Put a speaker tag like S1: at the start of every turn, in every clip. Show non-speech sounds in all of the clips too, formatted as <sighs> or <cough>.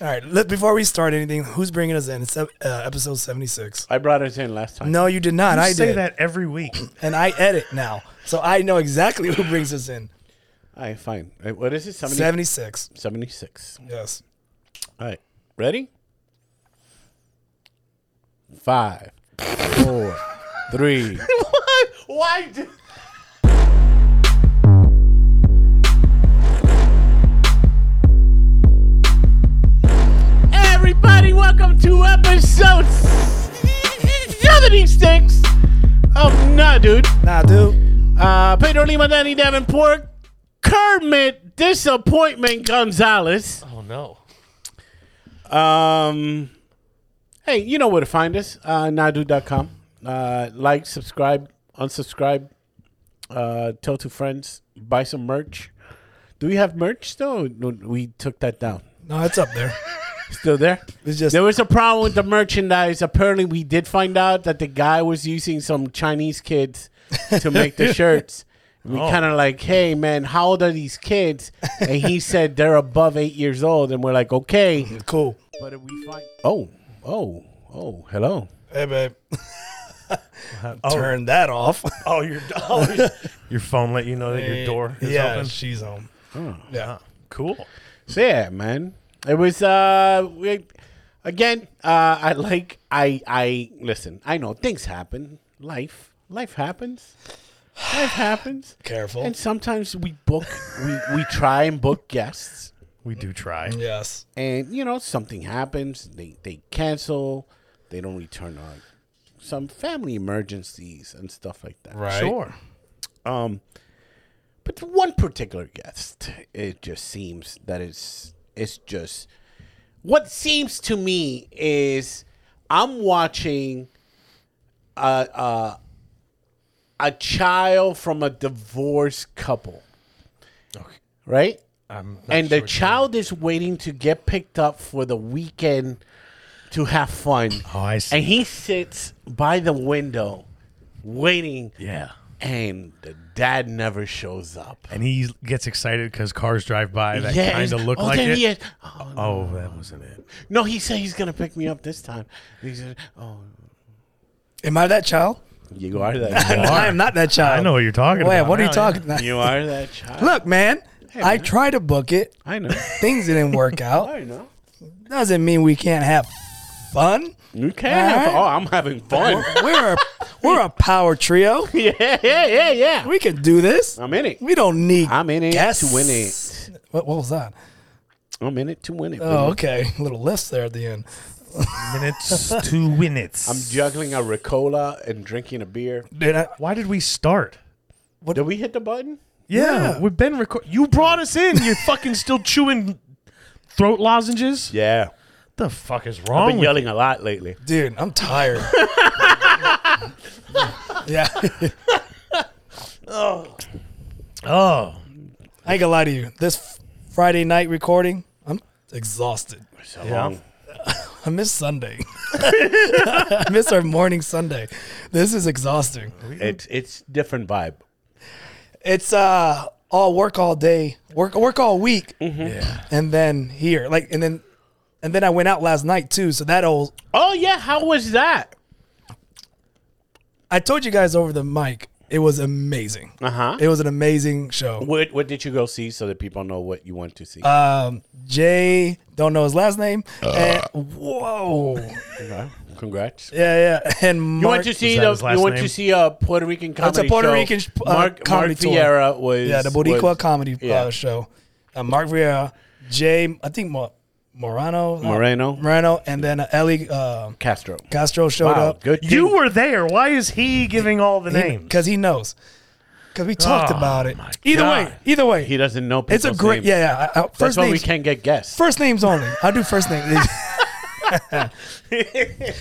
S1: All right. Let, before we start anything, who's bringing us in? It's uh, episode seventy six.
S2: I brought us in last time.
S1: No, you did not.
S3: I
S1: I
S3: say
S1: did,
S3: that every week.
S1: <clears throat> and I edit now, so I know exactly who brings us in.
S2: All right, fine. Uh, What is it? 70,
S1: Seventy six.
S2: 76.
S1: Yes.
S2: All right. Ready? Five, four, <laughs> three. Why? Why? Do- Everybody, welcome to episode 76 of Nah, Dude.
S1: Nah, dude.
S2: Uh, Pedro Lima, Danny Davenport, Kermit, Disappointment Gonzalez.
S4: Oh no.
S2: Um, hey, you know where to find us. Uh, nadu.com. Uh, like, subscribe, unsubscribe, uh, tell two friends, buy some merch. Do we have merch still? No, we took that down.
S1: No, it's up there.
S2: Still there?
S1: It's just
S2: There was a problem with the merchandise. Apparently, we did find out that the guy was using some Chinese kids to make the shirts. We kind of like, hey man, how old are these kids? And he said they're above eight years old, and we're like, okay.
S1: cool.
S2: But if we find oh oh oh hello
S1: Hey, babe. <laughs> Turn that off. <laughs>
S3: Oh, your oh, <laughs> your phone let you know that your door is
S1: yeah,
S3: open.
S1: she's home. Yeah.
S3: Cool.
S2: so yeah man it was uh we, again uh I like I I listen I know things happen life life happens life happens
S1: Careful.
S2: and sometimes we book we we try and book guests
S3: We do try.
S1: yes.
S2: and you know something happens they they cancel they don't return on some family emergencies and stuff like that
S1: Right.
S3: Sure.
S2: Um, but the one particular guest, it just seems that it's it's just what seems to me is I'm watching a a, a child from a divorced couple, right?
S3: I'm not
S2: and the
S3: sure.
S2: child is waiting to get picked up for the weekend to have fun.
S3: Oh, I see.
S2: And he sits by the window waiting
S3: yeah.
S2: and the dad never shows up.
S3: And he gets excited because cars drive by that kind
S2: he's-
S3: of look
S2: oh,
S3: like
S2: there
S3: it.
S2: he is. Oh,
S3: Oh, that wasn't it.
S2: no, he said he's gonna pick me up this time. He said, "Oh,
S1: Am I that child?
S2: you are <laughs> that.
S1: No,
S2: child.
S1: I am not that child.
S3: I know what you're talking
S1: Wait,
S3: about.
S1: what are you
S3: now,
S1: talking about?
S2: you are that child."
S1: Look, man, I tried to book it.
S2: I know.
S1: Things didn't work
S2: <laughs>
S1: out.
S2: I know.
S1: Doesn't mean we can't have fun.
S2: You can. have
S1: All right.
S2: Oh, I'm having fun.
S1: We're a, we're a power trio.
S2: <laughs> yeah, yeah, yeah, yeah.
S1: We can do this.
S2: I'm in it.
S1: We don't need.
S2: I'm in it
S1: guests.
S2: to win it.
S1: What, what was that?
S2: I'm in it to win it.
S1: Oh,
S2: baby.
S1: okay. Little list there at the end.
S3: Minutes, two minutes.
S2: I'm juggling a Ricola and drinking a beer.
S1: Did I?
S3: Why did we start?
S2: Did we hit the button?
S3: Yeah,
S1: Yeah.
S3: we've been record. You brought us in.
S2: <laughs>
S3: You're fucking still chewing throat lozenges.
S2: Yeah.
S3: The fuck is
S2: I've
S3: wrong?
S2: been
S3: with
S2: yelling a lot lately.
S1: Dude, I'm
S2: <laughs>
S1: tired. yeah.
S3: you? Oh,
S1: I ain't gonna lie to you. This f- Friday night recording, I'm exhausted.
S2: It's a
S3: Yeah.
S2: long-
S1: I miss Sunday. <laughs> I miss our morning Sunday. This is exhausting.
S2: It's it's different vibe.
S1: It's uh all work all day, work work all week,
S3: yeah.
S1: and then here, like, and then, and then I went out last night too. So that old,
S2: Oh yeah, how was that?
S1: I told you guys over the mic, it was amazing.
S2: Uh
S3: Uh-huh.
S2: huh.
S1: It was an amazing show.
S2: What what did you go see so that people know what you want to see?
S1: Um, Jay, don't know his last name. and, whoa,
S2: Okay. Congrats.
S1: yeah, yeah, and Mark,
S2: You want to see
S3: that
S2: the,
S3: his last
S2: you want
S3: name?
S2: to see a Puerto Rican comedy
S1: Puerto
S2: show.
S1: Rican sh- uh,
S2: Mark
S1: comedy
S2: Mark
S1: tour.
S2: Vieira was
S1: Yeah, the Boricua
S2: was-
S1: comedy
S2: yeah.
S1: uh, show. Uh, Mark Vieira, Jay, I think Mo- Morano, uh,
S2: Moreno.
S1: Moreno, and then uh, Ellie uh,
S2: Castro.
S1: Castro showed
S2: Wow,
S1: up
S2: good.
S3: You
S2: thing.
S3: were there. Why is he giving all the names?
S1: because he knows. Because we talked
S3: Oh,
S1: about it.
S3: my
S1: Either way,
S3: God.
S1: either way,
S2: he doesn't know.
S1: it's a
S2: people's
S1: great.
S2: names.
S1: Yeah, yeah. I, I,
S2: That's
S1: first
S2: why we
S1: names,
S2: can't get guests.
S1: first names only. I do first
S2: <laughs>
S1: names. Dude,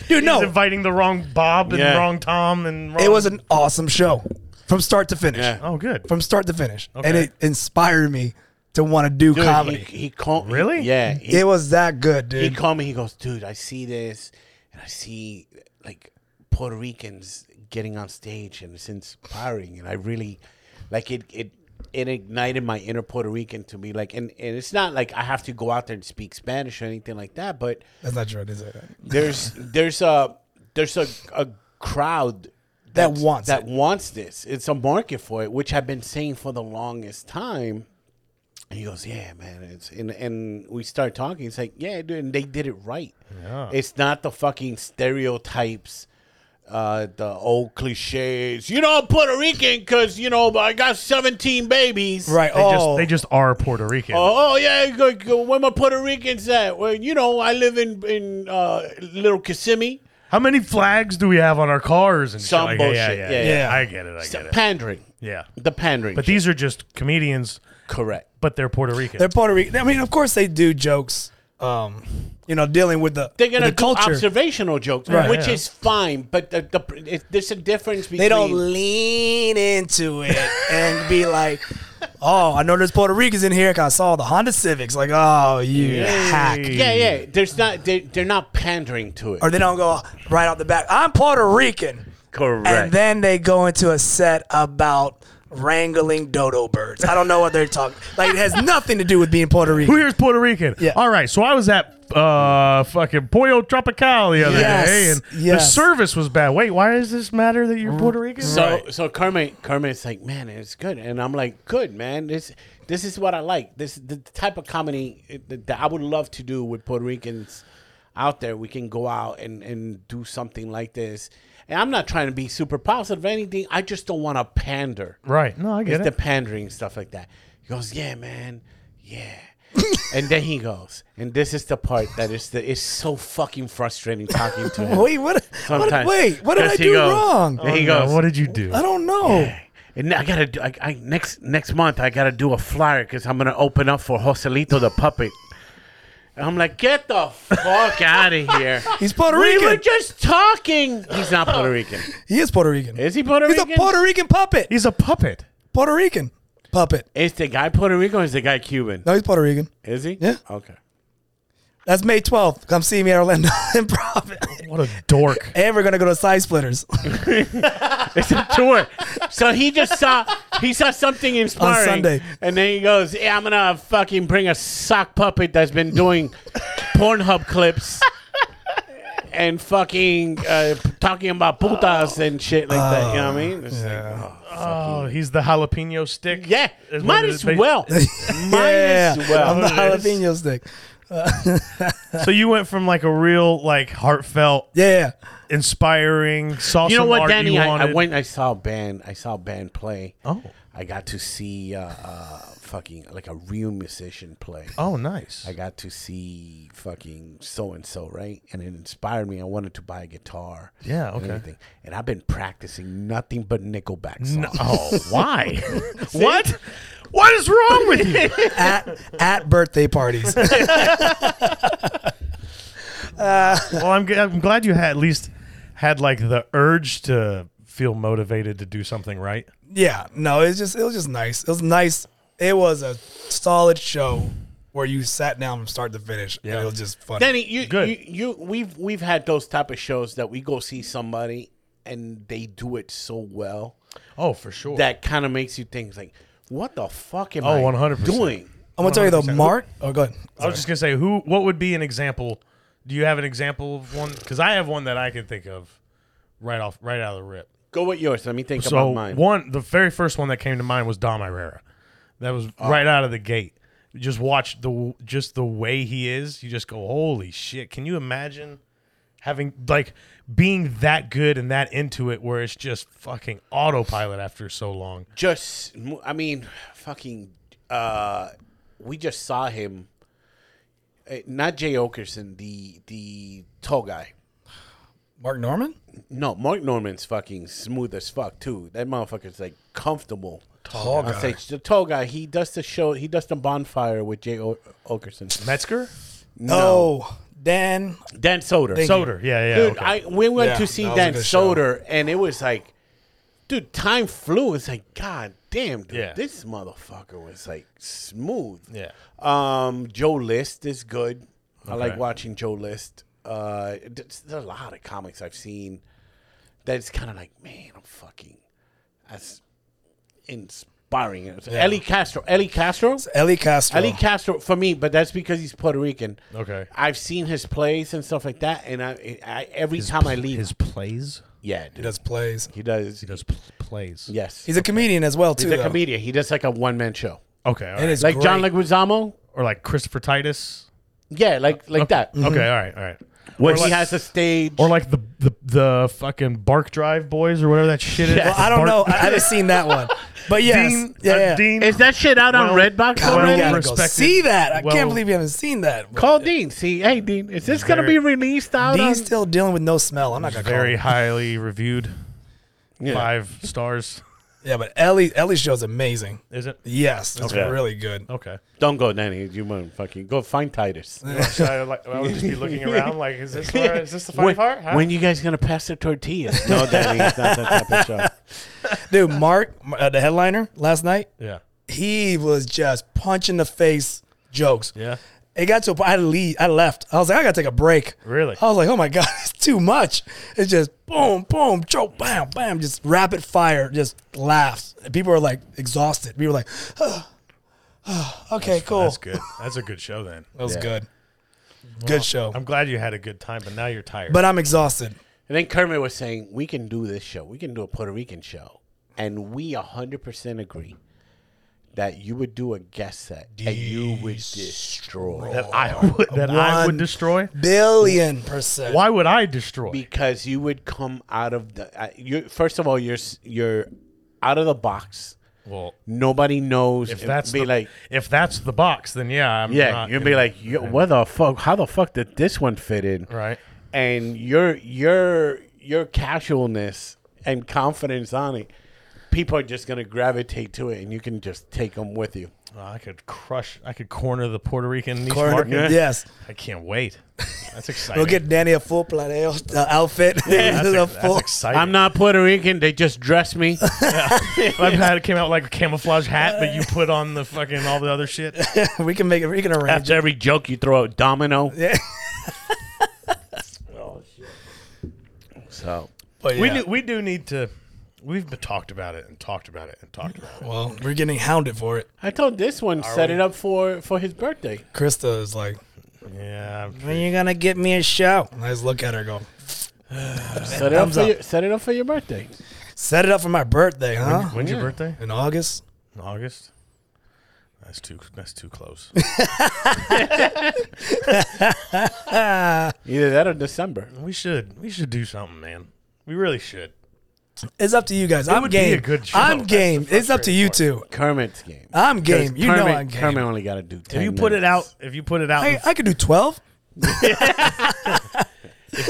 S3: He's
S1: no,
S3: inviting the wrong Bob and
S2: Yeah.
S3: wrong Tom and wrong-
S1: it was an awesome show from start to finish.
S2: Yeah.
S3: oh good.
S1: From start to finish, and
S3: Okay.
S1: it inspired me to want to do
S2: Dude,
S1: comedy.
S2: He, he called.
S3: Really?
S2: yeah. He,
S1: it was that good, dude.
S2: he called me. He goes, dude, I see this, and I see like Puerto Ricans getting on stage, and it's inspiring, and I really like it. It it ignited my inner Puerto Rican to be like, and, and it's not like I have to go out there and speak Spanish or anything like that, but
S1: That's not true. I didn't say that.
S2: there's there's a there's a, a crowd
S1: That
S2: that's-
S1: wants
S2: that
S1: it.
S2: wants this. It's a market for it, which I've been saying for the longest time. And he goes, yeah, man. It's and and we start talking. It's like, yeah, dude, and they did it right.
S3: Yeah.
S2: It's not the fucking stereotypes, uh, the old cliches. You know, I'm Puerto Rican because you know I got 17 babies.
S1: Right.
S3: They
S1: oh,
S3: just they just are Puerto Rican.
S2: Oh, oh, yeah, go, go, where my Puerto Ricans at? Well, you know, I live in in uh, Little Kissimmee.
S3: How many flags do we have on our cars and shit?
S2: Some
S3: Like, yeah,
S2: bullshit.
S3: Yeah,
S2: Yeah,
S3: yeah,
S1: yeah.
S3: I get it. I get it.
S2: pandering.
S3: Yeah.
S2: The pandering.
S3: But these are just comedians,
S2: correct.
S3: but they're Puerto Rican.
S1: they're Puerto Rican. I mean, of course they do jokes. Um, you know, dealing with the
S2: They're gonna
S1: with the
S2: do
S1: culture.
S2: observational jokes,
S1: Right.
S2: which
S3: Yeah.
S2: is fine. But the, the it, there's a difference between
S1: they don't lean into
S2: <laughs>
S1: it and be like, "Oh, I know there's Puerto Ricans in here. 'cause I saw the Honda Civics." Like, oh, you hack.
S2: yeah, yeah. There's not. They, they're not pandering to it.
S1: Or they don't go right out the back. I'm Puerto Rican,
S2: correct.
S1: and then they go into a set about wrangling dodo birds. I don't know what they're talking. Like, it has nothing to do with being Puerto
S3: Who
S1: Rican.
S3: here's Puerto Rican?
S1: Yeah.
S3: All right. So I was at uh fucking Pollo Tropical the other
S1: Yes,
S3: day, and the
S1: yes.
S3: service was bad. Wait, why does this matter that you're Puerto Rican?
S2: So so Carmen Carmen's like, man, it's good, and I'm like, good, man. This this is what I like. This the type of comedy that that I would love to do with Puerto Ricans out there. We can go out and and do something like this. And I'm not trying to be super positive or anything. I just don't want to pander.
S3: right. No, I get
S2: It's the
S3: it.
S2: pandering stuff like that. He goes, yeah, man, yeah. <laughs> and then he goes, and this is the part that is the it's so fucking frustrating talking to
S1: <laughs>
S2: him.
S1: Wait, what? what
S2: Sometimes.
S1: wait, what did I
S2: 'Cause he
S1: do
S2: goes-
S1: wrong?
S2: And he
S3: Oh, No,
S2: goes,
S3: what did you do?
S1: I don't know.
S2: and I gotta do. I, I next next month I gotta do a flyer because I'm gonna open up for Joselito the puppet. And I'm like, get the
S1: <laughs>
S2: fuck out of here.
S1: He's Puerto
S2: we
S1: Rican.
S2: were just talking. He's not Puerto Rican.
S1: He is Puerto Rican.
S2: Is he Puerto
S1: He's
S2: Rican?
S1: a Puerto Rican puppet.
S3: He's a puppet.
S1: Puerto Rican puppet.
S2: Is the guy Puerto Rican or is the guy Cuban?
S1: No, he's Puerto Rican.
S2: Is he?
S1: Yeah.
S2: Okay.
S1: That's May 12th. Come see me at Orlando <laughs> Improv.
S3: What a dork.
S1: And we're going to go to Side Splitters <laughs>
S2: It's a tour. so he just saw he saw something inspiring.
S1: Sunday.
S2: And then he goes, Yeah, I'm gonna fucking bring a sock puppet that's been doing
S1: <laughs>
S2: Pornhub clips and fucking uh, talking about putas and shit like that. You know what I mean? It's yeah. Like, oh,
S3: Oh, he's the jalapeno stick.
S2: yeah.
S3: Is what
S2: Might
S3: it
S2: as
S3: is ba-
S1: <laughs>
S2: well. Might
S1: yeah,
S2: as well.
S1: I'm the
S3: It is.
S1: jalapeno stick.
S3: So you went from like a real, like heartfelt,
S1: Yeah,
S3: inspiring, sauce.
S2: you know what,
S3: art
S2: Danny?
S3: You
S2: I, I
S3: wanted.
S2: went. I saw a band. I saw a band play.
S3: Oh.
S2: I got to see uh, uh, fucking like a real musician play.
S3: Oh, nice.
S2: I got to see fucking so and so, right? And it inspired me. I wanted to buy a guitar.
S3: Yeah,
S2: And,
S3: okay.
S2: everything. and I've been practicing nothing but Nickelback songs.
S3: No, oh, <laughs> why? what? What is wrong with you?
S1: at at birthday
S2: <laughs>
S1: parties.
S3: <laughs> well, I'm, g- I'm glad you had at least had like the urge to feel motivated to do something right.
S1: yeah, no, it's just it was just nice. It was nice. It was a solid show where you sat down from start to finish, and it was just fun.
S2: Danny, you,
S3: Good.
S2: you you we've we've had those type of shows that we go see somebody and they do it so well
S3: Oh, for sure.
S2: that kind of makes you think like, what the fuck am
S3: Oh,
S2: I
S3: 100%.
S2: doing?
S1: I'm gonna tell you though, Mark. Oh, go ahead.
S3: I was just gonna say, who? What would be an example? Do you have an example of one? Because I have one that I can think of right off, right out of the rip.
S2: Go with yours. Let me think
S3: So
S2: about mine.
S3: one, the very first one that came to mind was Dom Irera. That was
S1: Oh.
S3: right out of the gate. You Just watch the just the way he is. You just go, holy shit! Can you imagine having like being that good and that into it, where it's just fucking autopilot after so long?
S2: just mo- i mean fucking uh we just saw him uh, not jay okerson the the tall guy
S1: Mark Norman.
S2: no mark norman's fucking smooth as fuck too that motherfucker's like comfortable
S1: Tall
S2: On
S1: guy.
S2: stage. the tall guy he does the show he does the bonfire with jay o- okerson
S3: Metzger,
S1: Oh, Dan.
S2: dan soder
S3: Soder, yeah, yeah.
S2: dude
S3: okay.
S2: i we went
S1: Yeah,
S2: to see
S1: that was a
S2: dan
S1: good show.
S2: soder and it was like dude time flew it's like god damn dude
S3: Yeah.
S2: this motherfucker was like smooth
S3: yeah.
S2: Um, Joe List is good. I like
S3: Okay.
S2: watching Joe List. Uh, there's, there's a lot of comics I've seen that's kind of like, man, I'm fucking as ins- inspiring. It was Ellie Castro. Ellie Castro.
S1: Ellie Castro.
S2: Ellie Castro for me, but that's because he's Puerto Rican.
S3: Okay.
S2: I've seen his plays and stuff like that, and I, I every time I leave,
S3: his plays.
S2: yeah,
S1: he
S2: dude,
S1: does plays.
S2: he does.
S3: He does pl- plays.
S2: Yes, he's,
S1: He's a comedian as well too.
S2: a
S1: though.
S2: comedian. He does like a one man show,
S3: Okay. all
S1: And
S3: right.
S1: it's
S2: like John
S1: great.
S2: Leguizamo.
S3: or like Christopher Titus.
S2: Yeah, like like that.
S1: Mm-hmm.
S3: Okay. All right. All right.
S2: Where
S3: Or
S2: he
S3: like-
S2: has a stage.
S3: Or like the, the the fucking Bark Drive boys or whatever that shit is.
S2: Yeah.
S1: Well, I don't know. I haven't seen that one, but yes,
S3: Dean,
S1: yeah,
S3: uh,
S1: yeah.
S3: Dean.
S2: is that shit out on
S3: Well-
S2: Redbox
S3: Well-
S1: we
S2: already?
S1: gotta go
S3: respected,
S1: see that. I
S3: well-
S1: can't believe you haven't seen that.
S2: Call Dean. See, hey Dean, is this gonna be
S3: Very-
S2: released out? on-
S1: Dean's still dealing with no smell. I'm not gonna
S3: very
S1: call.
S3: highly reviewed.
S2: Yeah.
S3: Five stars.
S1: Him. Yeah, but Ellie Ellie's show's amazing.
S3: Is it?
S1: Yes, it's
S2: Okay.
S1: really good.
S3: Okay.
S2: Don't go, Nanny. You won't fucking go find Titus.
S3: Should I, like, I would just be looking around like, is this where, is this the funny
S2: When,
S3: part? Huh?
S2: when you guys gonna pass the tortillas? No, Danny, it's not that type of show.
S1: Dude, Mark, uh, the headliner last night,
S3: yeah.
S1: he was just punching the face jokes.
S3: Yeah.
S1: It got to a point I had to leave. I left. I was like, I gotta take a break.
S3: Really?
S1: I was like, oh my god, <laughs> it's too much. It's just boom, boom, choke, bam, bam, just rapid fire, just laughs. And people are like exhausted. People were like, <sighs> okay, cool.
S3: That's good. That's a good show then.
S1: That was
S2: Yeah.
S1: good. Good show.
S3: I'm glad you had a good time, but now you're tired.
S1: but I'm exhausted.
S2: And then Kermit was saying, "We can do this show. We can do a Puerto Rican show." And we hundred percent agree that you would do a guest set and you would destroy
S3: that I would, that I would
S1: One
S3: destroy.
S1: Billion percent.
S3: Why would I destroy?
S2: because you would come out of the. Uh, you first of all, you're s- you're out of the box.
S3: well,
S2: Nobody knows.
S3: if
S2: It
S3: that's
S2: be
S3: the,
S2: like
S3: if that's the box, then yeah, I'm
S2: Yeah,
S3: not
S2: you'll be
S3: gonna-
S2: like, Yo, "What the fuck? How the fuck did this one fit in?"
S3: right?
S2: And your your your casualness and confidence on it, people are just gonna gravitate to it, and you can just take them with you.
S3: Well, I could crush. I could corner the Puerto Rican niche
S1: Corner-
S3: market.
S1: Yes.
S3: I can't wait. That's exciting.
S1: We'll get Danny a full planeo uh, outfit. <laughs>
S3: that's,
S1: A
S3: ex-
S1: full-
S3: that's exciting.
S2: I'm not Puerto Rican; they just dress me. <laughs>
S3: My hat came out like a camouflage hat, but you put on the fucking all the other shit.
S1: we can make it. We can arrange.
S2: After every joke, you throw a <laughs> domino.
S1: Yeah.
S2: So
S1: But
S3: We
S1: yeah,
S3: do, we do need to. We've been talked about it and talked about it and talked about it.
S1: well, we're getting hounded for it.
S2: I told this one set
S3: we-
S2: it up for for his birthday.
S1: Krista is like,
S3: Yeah, I'm-
S1: when you gonna get me a show? And I just look at her, and go,
S2: Set it up
S1: Thumbs
S2: for
S1: up.
S2: your, set it up for your birthday.
S1: set it up for my birthday, huh?
S3: When's your birthday?
S1: In August.
S3: In August. That's too. That's too close.
S2: Either that or December.
S3: we should. We should do something, man. We really should.
S1: It's up to you guys. I'm
S3: would be
S1: game.
S3: a good show.
S1: I'm
S3: That's
S1: game.
S3: the
S1: It's up to
S3: frustrating
S1: you
S3: part.
S1: two.
S2: Kermit's game.
S1: I'm game. You know
S2: Kermit,
S1: I'm game.
S2: Kermit only got to do. 10
S3: If you put it
S2: minutes.
S3: out, if you put it out,
S1: I, I could do twelve.
S3: if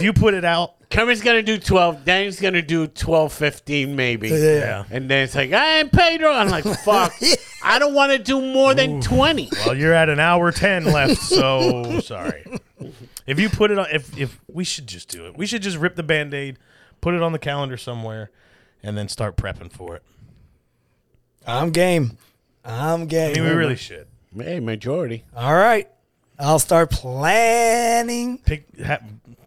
S3: you put it out,
S2: Kermit's gonna do twelve. Danny's gonna do 12, 15 maybe.
S1: Yeah.
S2: And then it's like, I'm Pedro.
S1: <laughs>
S2: I'm like, fuck. I don't want to do more than twenty.
S3: Well, you're at an hour ten left, so sorry. If you put it on, if if we should just do it, we should just rip the band aid, put it on the calendar somewhere, and then start prepping for it.
S1: I'm game. I'm game.
S3: I mean, we really should
S2: Hey, majority.
S1: All right. I'll start planning.
S3: pick, ha,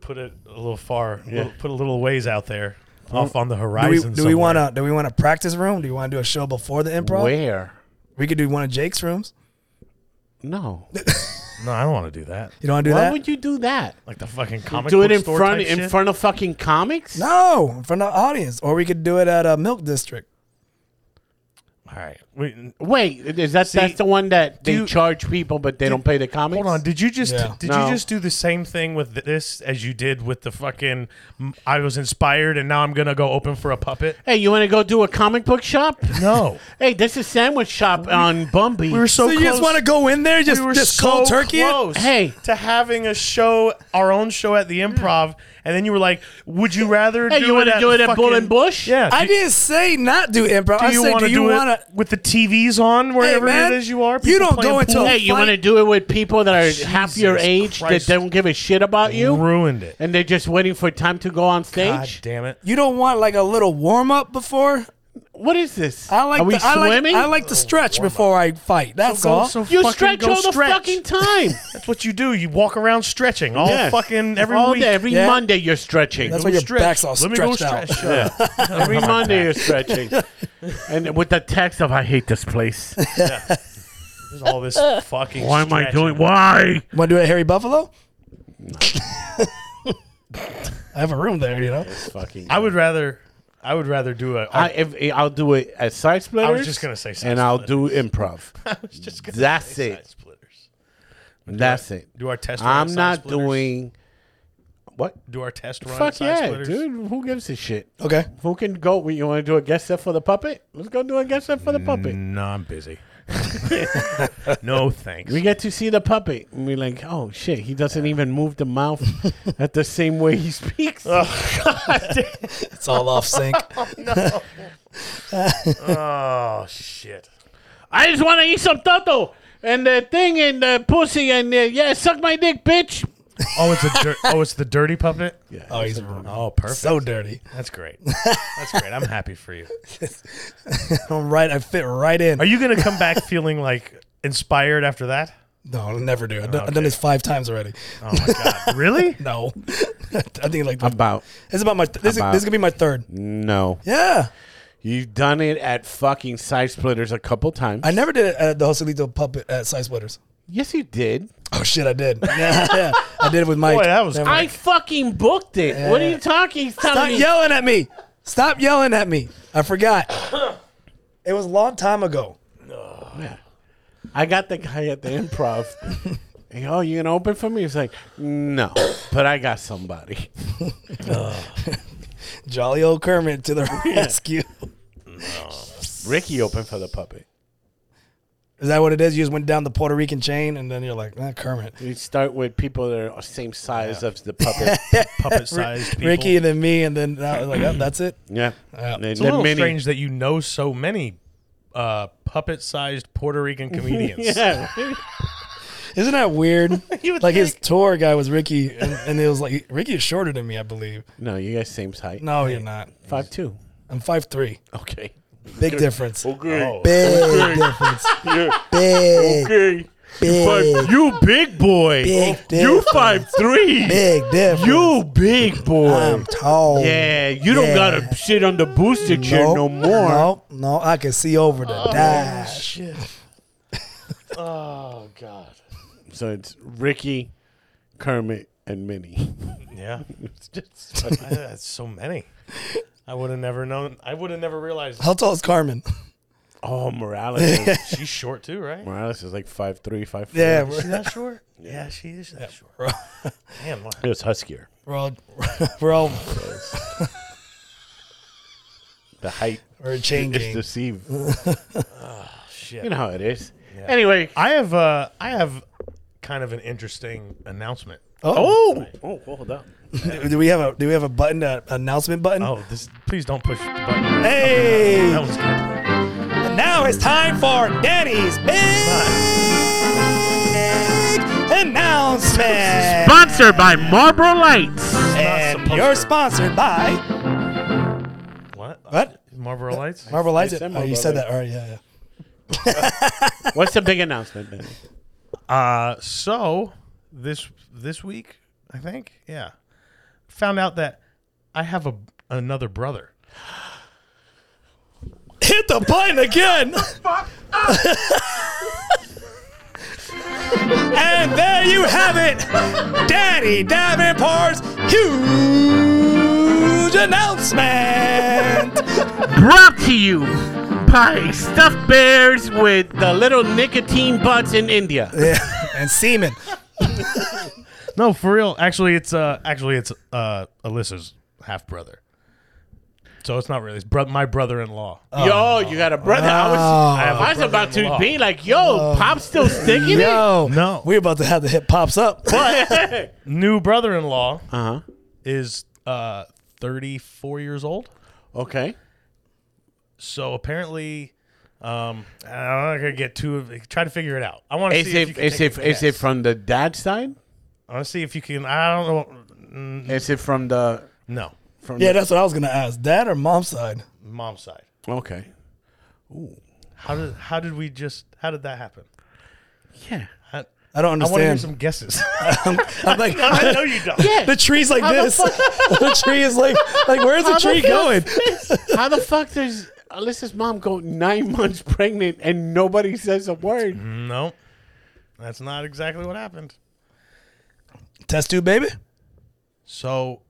S3: put it a little far, little- put a little ways out there, off on the
S1: Do we,
S3: horizon.
S1: do we want
S3: somewhere.
S1: to do we want a practice room? Do you want to do a show before the improv?
S2: Where?
S1: We could do one of Jake's rooms.
S2: No.
S3: No, I don't want to do that.
S1: You don't want to do
S2: Why
S1: that?
S2: would you do that?
S3: Like the fucking comic.
S2: do
S3: book
S2: it in
S3: store
S2: front
S3: type
S2: in
S3: shit?
S2: front of fucking comics?
S1: no, in front of the audience, or we could do it at uh, Milk District.
S3: All right, Wait,
S2: Wait, is that that's the one that they
S3: do-
S2: charge people but they don't pay the comics?
S3: Hold on. Did you just
S1: Yeah.
S3: did
S2: No.
S3: you just do the same thing with th- this as you did with the fucking? m- I was inspired, and now I'm gonna go open for a puppet.
S2: Hey, you want to go do a comic book shop? <laughs>
S3: No,
S2: hey, this is sandwich shop on Bumby.
S3: we were so,
S1: So, you
S3: close.
S1: just want to go in there, just
S3: we were
S1: just
S3: so
S1: cold turkey? it?
S3: close
S2: Hey.
S3: to having a show, our own show at the Improv, and then you were like, "Would you rather?
S2: Hey,
S3: do
S2: you
S3: want to
S2: do it at Bull
S3: fucking-
S2: and Bush?
S3: Yeah.
S1: I
S3: do, do
S1: didn't say not do improv. I
S3: you
S1: said,
S3: want
S1: do
S3: to
S1: you
S3: do
S1: want
S3: it with the TVs on wherever
S1: man,
S3: it is you are?
S1: you don't
S3: people
S1: go
S3: playing
S1: into
S3: pool?
S1: a
S2: Hey, you
S1: Fight-
S2: want to do it with people that are half your
S3: Jesus
S2: age
S3: Christ.
S2: that don't give a shit about you,
S3: ruined it.
S2: and they're just waiting for time to go on
S3: God
S2: stage?
S3: damn it!
S1: You don't want like a little warm up before?
S2: What is this?
S1: I like
S2: Are we
S1: the, I like,
S2: swimming?
S1: I like to stretch before I fight. That's all.
S2: you stretch all the fucking time.
S3: That's what you do. You walk around stretching <laughs> all
S2: Yeah.
S3: fucking every
S2: all
S3: week.
S2: day, every
S1: Yeah.
S2: Monday you're stretching.
S1: That's
S3: Go
S1: why your
S3: stretch.
S1: back's all
S3: Let me go
S1: stretched out.
S3: stretch. <laughs>
S2: every Monday you're stretching. and with the text of "I hate this place."
S3: There's all this fucking.
S2: Why am I
S3: stretching.
S2: doing? Why?
S1: Want to do it at Harry <laughs> Buffalo? I have a room there, you know.
S2: Fucking.
S3: I would rather. I would rather do a.
S2: I, if, eh, I'll do it at side splitters.
S3: just gonna say side
S2: and I'll do
S3: <laughs>
S2: improv.
S3: was just gonna
S2: That's
S3: say side
S2: it.
S3: Splitters.
S2: That's it.
S3: Do our test. run
S2: I'm
S3: side
S2: not
S3: splitters?
S2: doing what?
S3: Do our test run.
S2: Fuck
S3: side
S2: yeah,
S3: splitters?
S2: dude. Who gives a shit?
S1: Okay.
S2: Who can go? We- You want to do a guest set for the puppet? Let's go do a guest set for the puppet.
S3: No,
S2: <laughs>
S3: I'm busy. no thanks.
S2: We get to see the puppet, and we're like, "Oh shit, he doesn't even move the mouth at the same way he speaks."
S1: It's all off sync.
S3: oh shit.
S2: I just want to eat some toto and the thing and the pussy and the, yeah, suck my dick, bitch.
S3: Oh, it's a. Dir- oh, it's the dirty puppet.
S2: Yeah,
S1: <laughs> Oh, he's
S3: Oh, perfect.
S1: so dirty.
S3: That's great. That's great. I'm happy for you.
S1: I'm right. I fit right in.
S3: Are you gonna come back feeling like inspired after that?
S1: no, I'll never do. it. I've done, I've
S3: Okay.
S1: done this five times already.
S3: Oh my god. Really?
S1: No, <laughs> I think like
S2: about
S1: it's about my. This, is,
S2: about-
S1: this is gonna be my third.
S2: no.
S1: Yeah,
S2: You've done it at fucking side splitters a couple times.
S1: I never did it at the Joselito puppet at Side Splitters.
S2: yes, you did.
S1: Oh shit, I did. <laughs> Yeah, yeah. I did it with Mike.
S3: Boy, that was
S1: Never-
S2: I fucking booked it. What are you talking? He's telling
S1: Stop
S2: me-
S1: yelling at me. Stop yelling at me. I forgot. it was a long time ago.
S2: I got the guy at the improv. <laughs> Hey, oh, you gonna open for me? He's like, no, but I got somebody.
S1: Jolly old Kermit to the <laughs> rescue.
S2: Ricky opened for the puppet.
S1: Is that what it is? You just went down the Puerto Rican chain, and then you're like, ah, Kermit,
S2: We start with people that are same size as the puppet.
S3: Puppet sized people.
S1: Ricky, and then me, and then I was like, oh, that's it.
S2: <laughs> yeah, And
S3: It's a little
S2: many-
S3: strange that you know so many uh, puppet-sized Puerto Rican comedians.
S2: Yeah,
S1: Isn't that weird? <laughs>
S3: You would
S1: like his
S3: think.
S1: tour guy was Ricky, and, and it was like Ricky is shorter than me, I believe.
S2: <laughs> no, you guys same height.
S1: No, you're not.
S2: Five two.
S1: I'm five three.
S2: Okay.
S1: Big difference.
S2: Okay.
S3: Oh,
S1: Big difference. Big,
S2: okay.
S1: big,
S2: you big boy.
S1: Big
S2: Oh, you
S1: difference.
S2: five three.
S1: big difference.
S2: You big boy.
S1: I'm tall.
S2: Um, yeah, you don't
S1: Yeah.
S2: gotta sit on the booster chair no more.
S1: No, no, I can see over the dash.
S2: Oh God. So it's Ricky, Kermit, and Minnie.
S3: yeah.
S2: It's just
S3: I- That's so many. I would have never known. I would have never realized
S1: How tall is Carmen?
S2: oh Morales. is-
S3: <laughs> she's short too, right?
S2: Morales is like five three, five four.
S1: <laughs> Yeah,
S3: Is she
S1: we're,
S3: that short? Yeah, she is that short.
S1: we're,
S3: Damn, what-
S2: It was huskier.
S1: we're all <laughs> we're all
S2: The height
S1: we're a chain
S2: is
S1: gang.
S2: deceived.
S3: shit.
S2: You know how it is.
S3: Yeah.
S2: Anyway.
S3: I have uh, I have kind of an interesting announcement.
S2: oh. Oh, hold up.
S1: do we have a do we have a button a announcement button?
S3: Oh, this! Please don't push the button.
S1: Hey!
S3: That was good.
S1: Now it's time for Danny's big announcement.
S2: Sponsored by Marlboro Lights.
S1: And
S3: supposed
S1: you're
S3: to.
S1: sponsored by
S3: What?
S1: what?
S3: Marlboro Lights?
S1: Marvel Lights.
S2: said
S1: Oh, you
S2: Marlboro
S1: said that. All right, yeah, yeah.
S2: What's the big announcement? Benny?
S3: Uh, so this this week, I think, yeah, found out that I have a another brother.
S1: Hit the button again. and there you have it, Daddy Davenport's huge announcement.
S2: Brought to you by Stuffed Bears with the little nicotine butts in India.
S1: Yeah, and semen.
S3: No, for real. Actually, it's uh, actually it's uh, Alyssa's half brother. So it's not really. It's bro- my brother-in-law.
S2: Yo, you got a brother. I was,
S1: I
S3: have a
S2: I was about to
S3: brother-in-law.
S2: be like, yo, Pop's still sticking
S1: Yo,
S3: No.
S1: we're about to have the hip pops up.
S2: it.
S3: New brother-in-law
S2: uh huh.
S3: is uh, 34 years old.
S2: Okay.
S3: So apparently, um, I'm not gonna get too. Try to figure it out. I want to
S2: Is
S3: see if,
S2: it
S3: you
S2: is
S3: can
S2: it
S3: take a
S2: is it
S3: guess.
S2: from the dad side?
S3: I want to see if you can. I don't know. Mm,
S2: Is it from the
S3: No,
S2: from
S1: yeah,
S2: the,
S1: that's what I was gonna ask. Dad or mom's side?
S3: mom's side.
S2: Okay.
S3: How did how did we just how did that happen?
S2: Yeah.
S3: I,
S1: I don't
S3: I want to hear
S1: understand.
S3: some guesses. <laughs>
S1: I'm like,
S3: I know you don't.
S2: Yeah.
S1: the tree's like this. <laughs> the tree is like, like where's the
S2: How the
S1: tree
S2: fuck-
S1: going?
S2: <laughs> How the fuck does Alyssa's mom go nine months pregnant and nobody says a word?
S3: Mm-hmm. No, that's not exactly what happened.
S1: Test tube, baby.
S3: So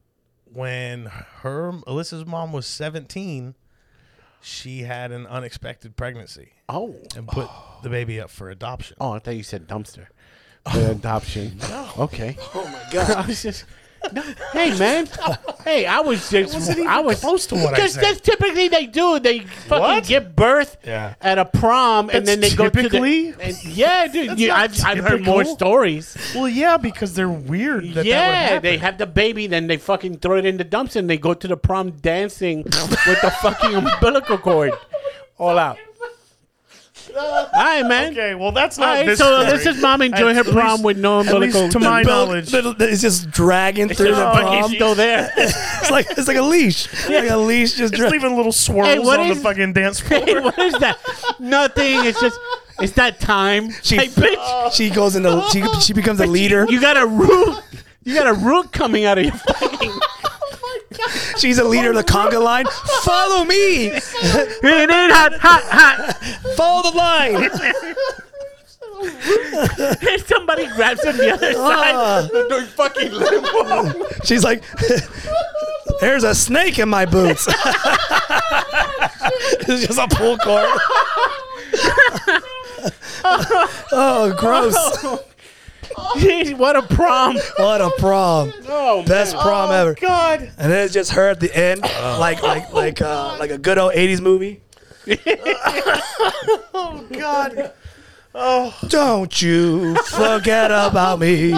S3: when her Alyssa's mom was 17, she had an unexpected pregnancy
S2: Oh.
S3: and put the baby up for adoption.
S2: Oh, I thought you said dumpster.
S3: Oh.
S2: The adoption. Okay. Oh my god. <laughs> I was just no. Hey man. Hey, I was just I was
S3: close to what I
S2: Because
S3: said.
S2: that's typically they do. They fucking
S3: What?
S2: give birth
S3: Yeah.
S2: at a prom and then
S3: That's
S2: they go to
S3: typically?
S2: the, and- Yeah, dude.
S3: That's
S2: You,
S3: not
S2: I've, I've heard more
S3: typical.
S2: stories.
S3: Well, yeah, because they're weird. That
S2: yeah,
S3: that would
S2: they
S3: happen.
S2: have the baby, then they fucking throw it in the dumpster and they go to the prom dancing <laughs> with the fucking umbilical cord. All
S3: <laughs>
S2: out. All right, man.
S3: Okay, well that's
S2: All
S3: not.
S2: right,
S3: this
S2: so
S3: story.
S2: Alyssa's mom enjoy
S3: At
S2: her prom
S3: least-
S2: with no
S3: at least
S2: umbilical.
S3: to my
S1: The belt-
S3: knowledge.
S1: the- the- it's just dragging
S2: So
S1: through
S2: <laughs>
S3: <laughs>
S1: the
S2: the fucking
S1: prom.
S2: still there. <laughs>
S1: It's like it's like a leash, like a leash just.
S3: Just
S1: Dra-
S3: leaving little swirls
S2: Hey, what
S3: on
S2: is-
S3: the fucking dance floor.
S2: <laughs> hey, what is that? Nothing. It's just it's that time.
S1: She-
S2: hey, bitch,
S1: she goes into she she becomes a leader.
S2: you got a root. You got a root coming out of your fucking.
S1: She's a leader of the conga line. Follow me.
S2: It ain't hot, hot, hot.
S1: Follow the line.
S2: If <laughs> somebody grabs him the
S3: Ah.
S2: other
S3: <laughs>
S2: side, they're fucking <laughs> limbo.
S1: She's like, <laughs> there's a snake in my boots. <laughs> it's just a pool court. <laughs> oh, gross.
S2: Jeez, what a prom.
S1: What a prom.
S2: Oh,
S1: Best prom ever.
S2: God.
S1: And then it's just her at the end,
S3: Oh.
S1: like like like uh, like a good old 80s movie.
S3: God,
S1: Don't you forget about
S3: <laughs>
S1: me.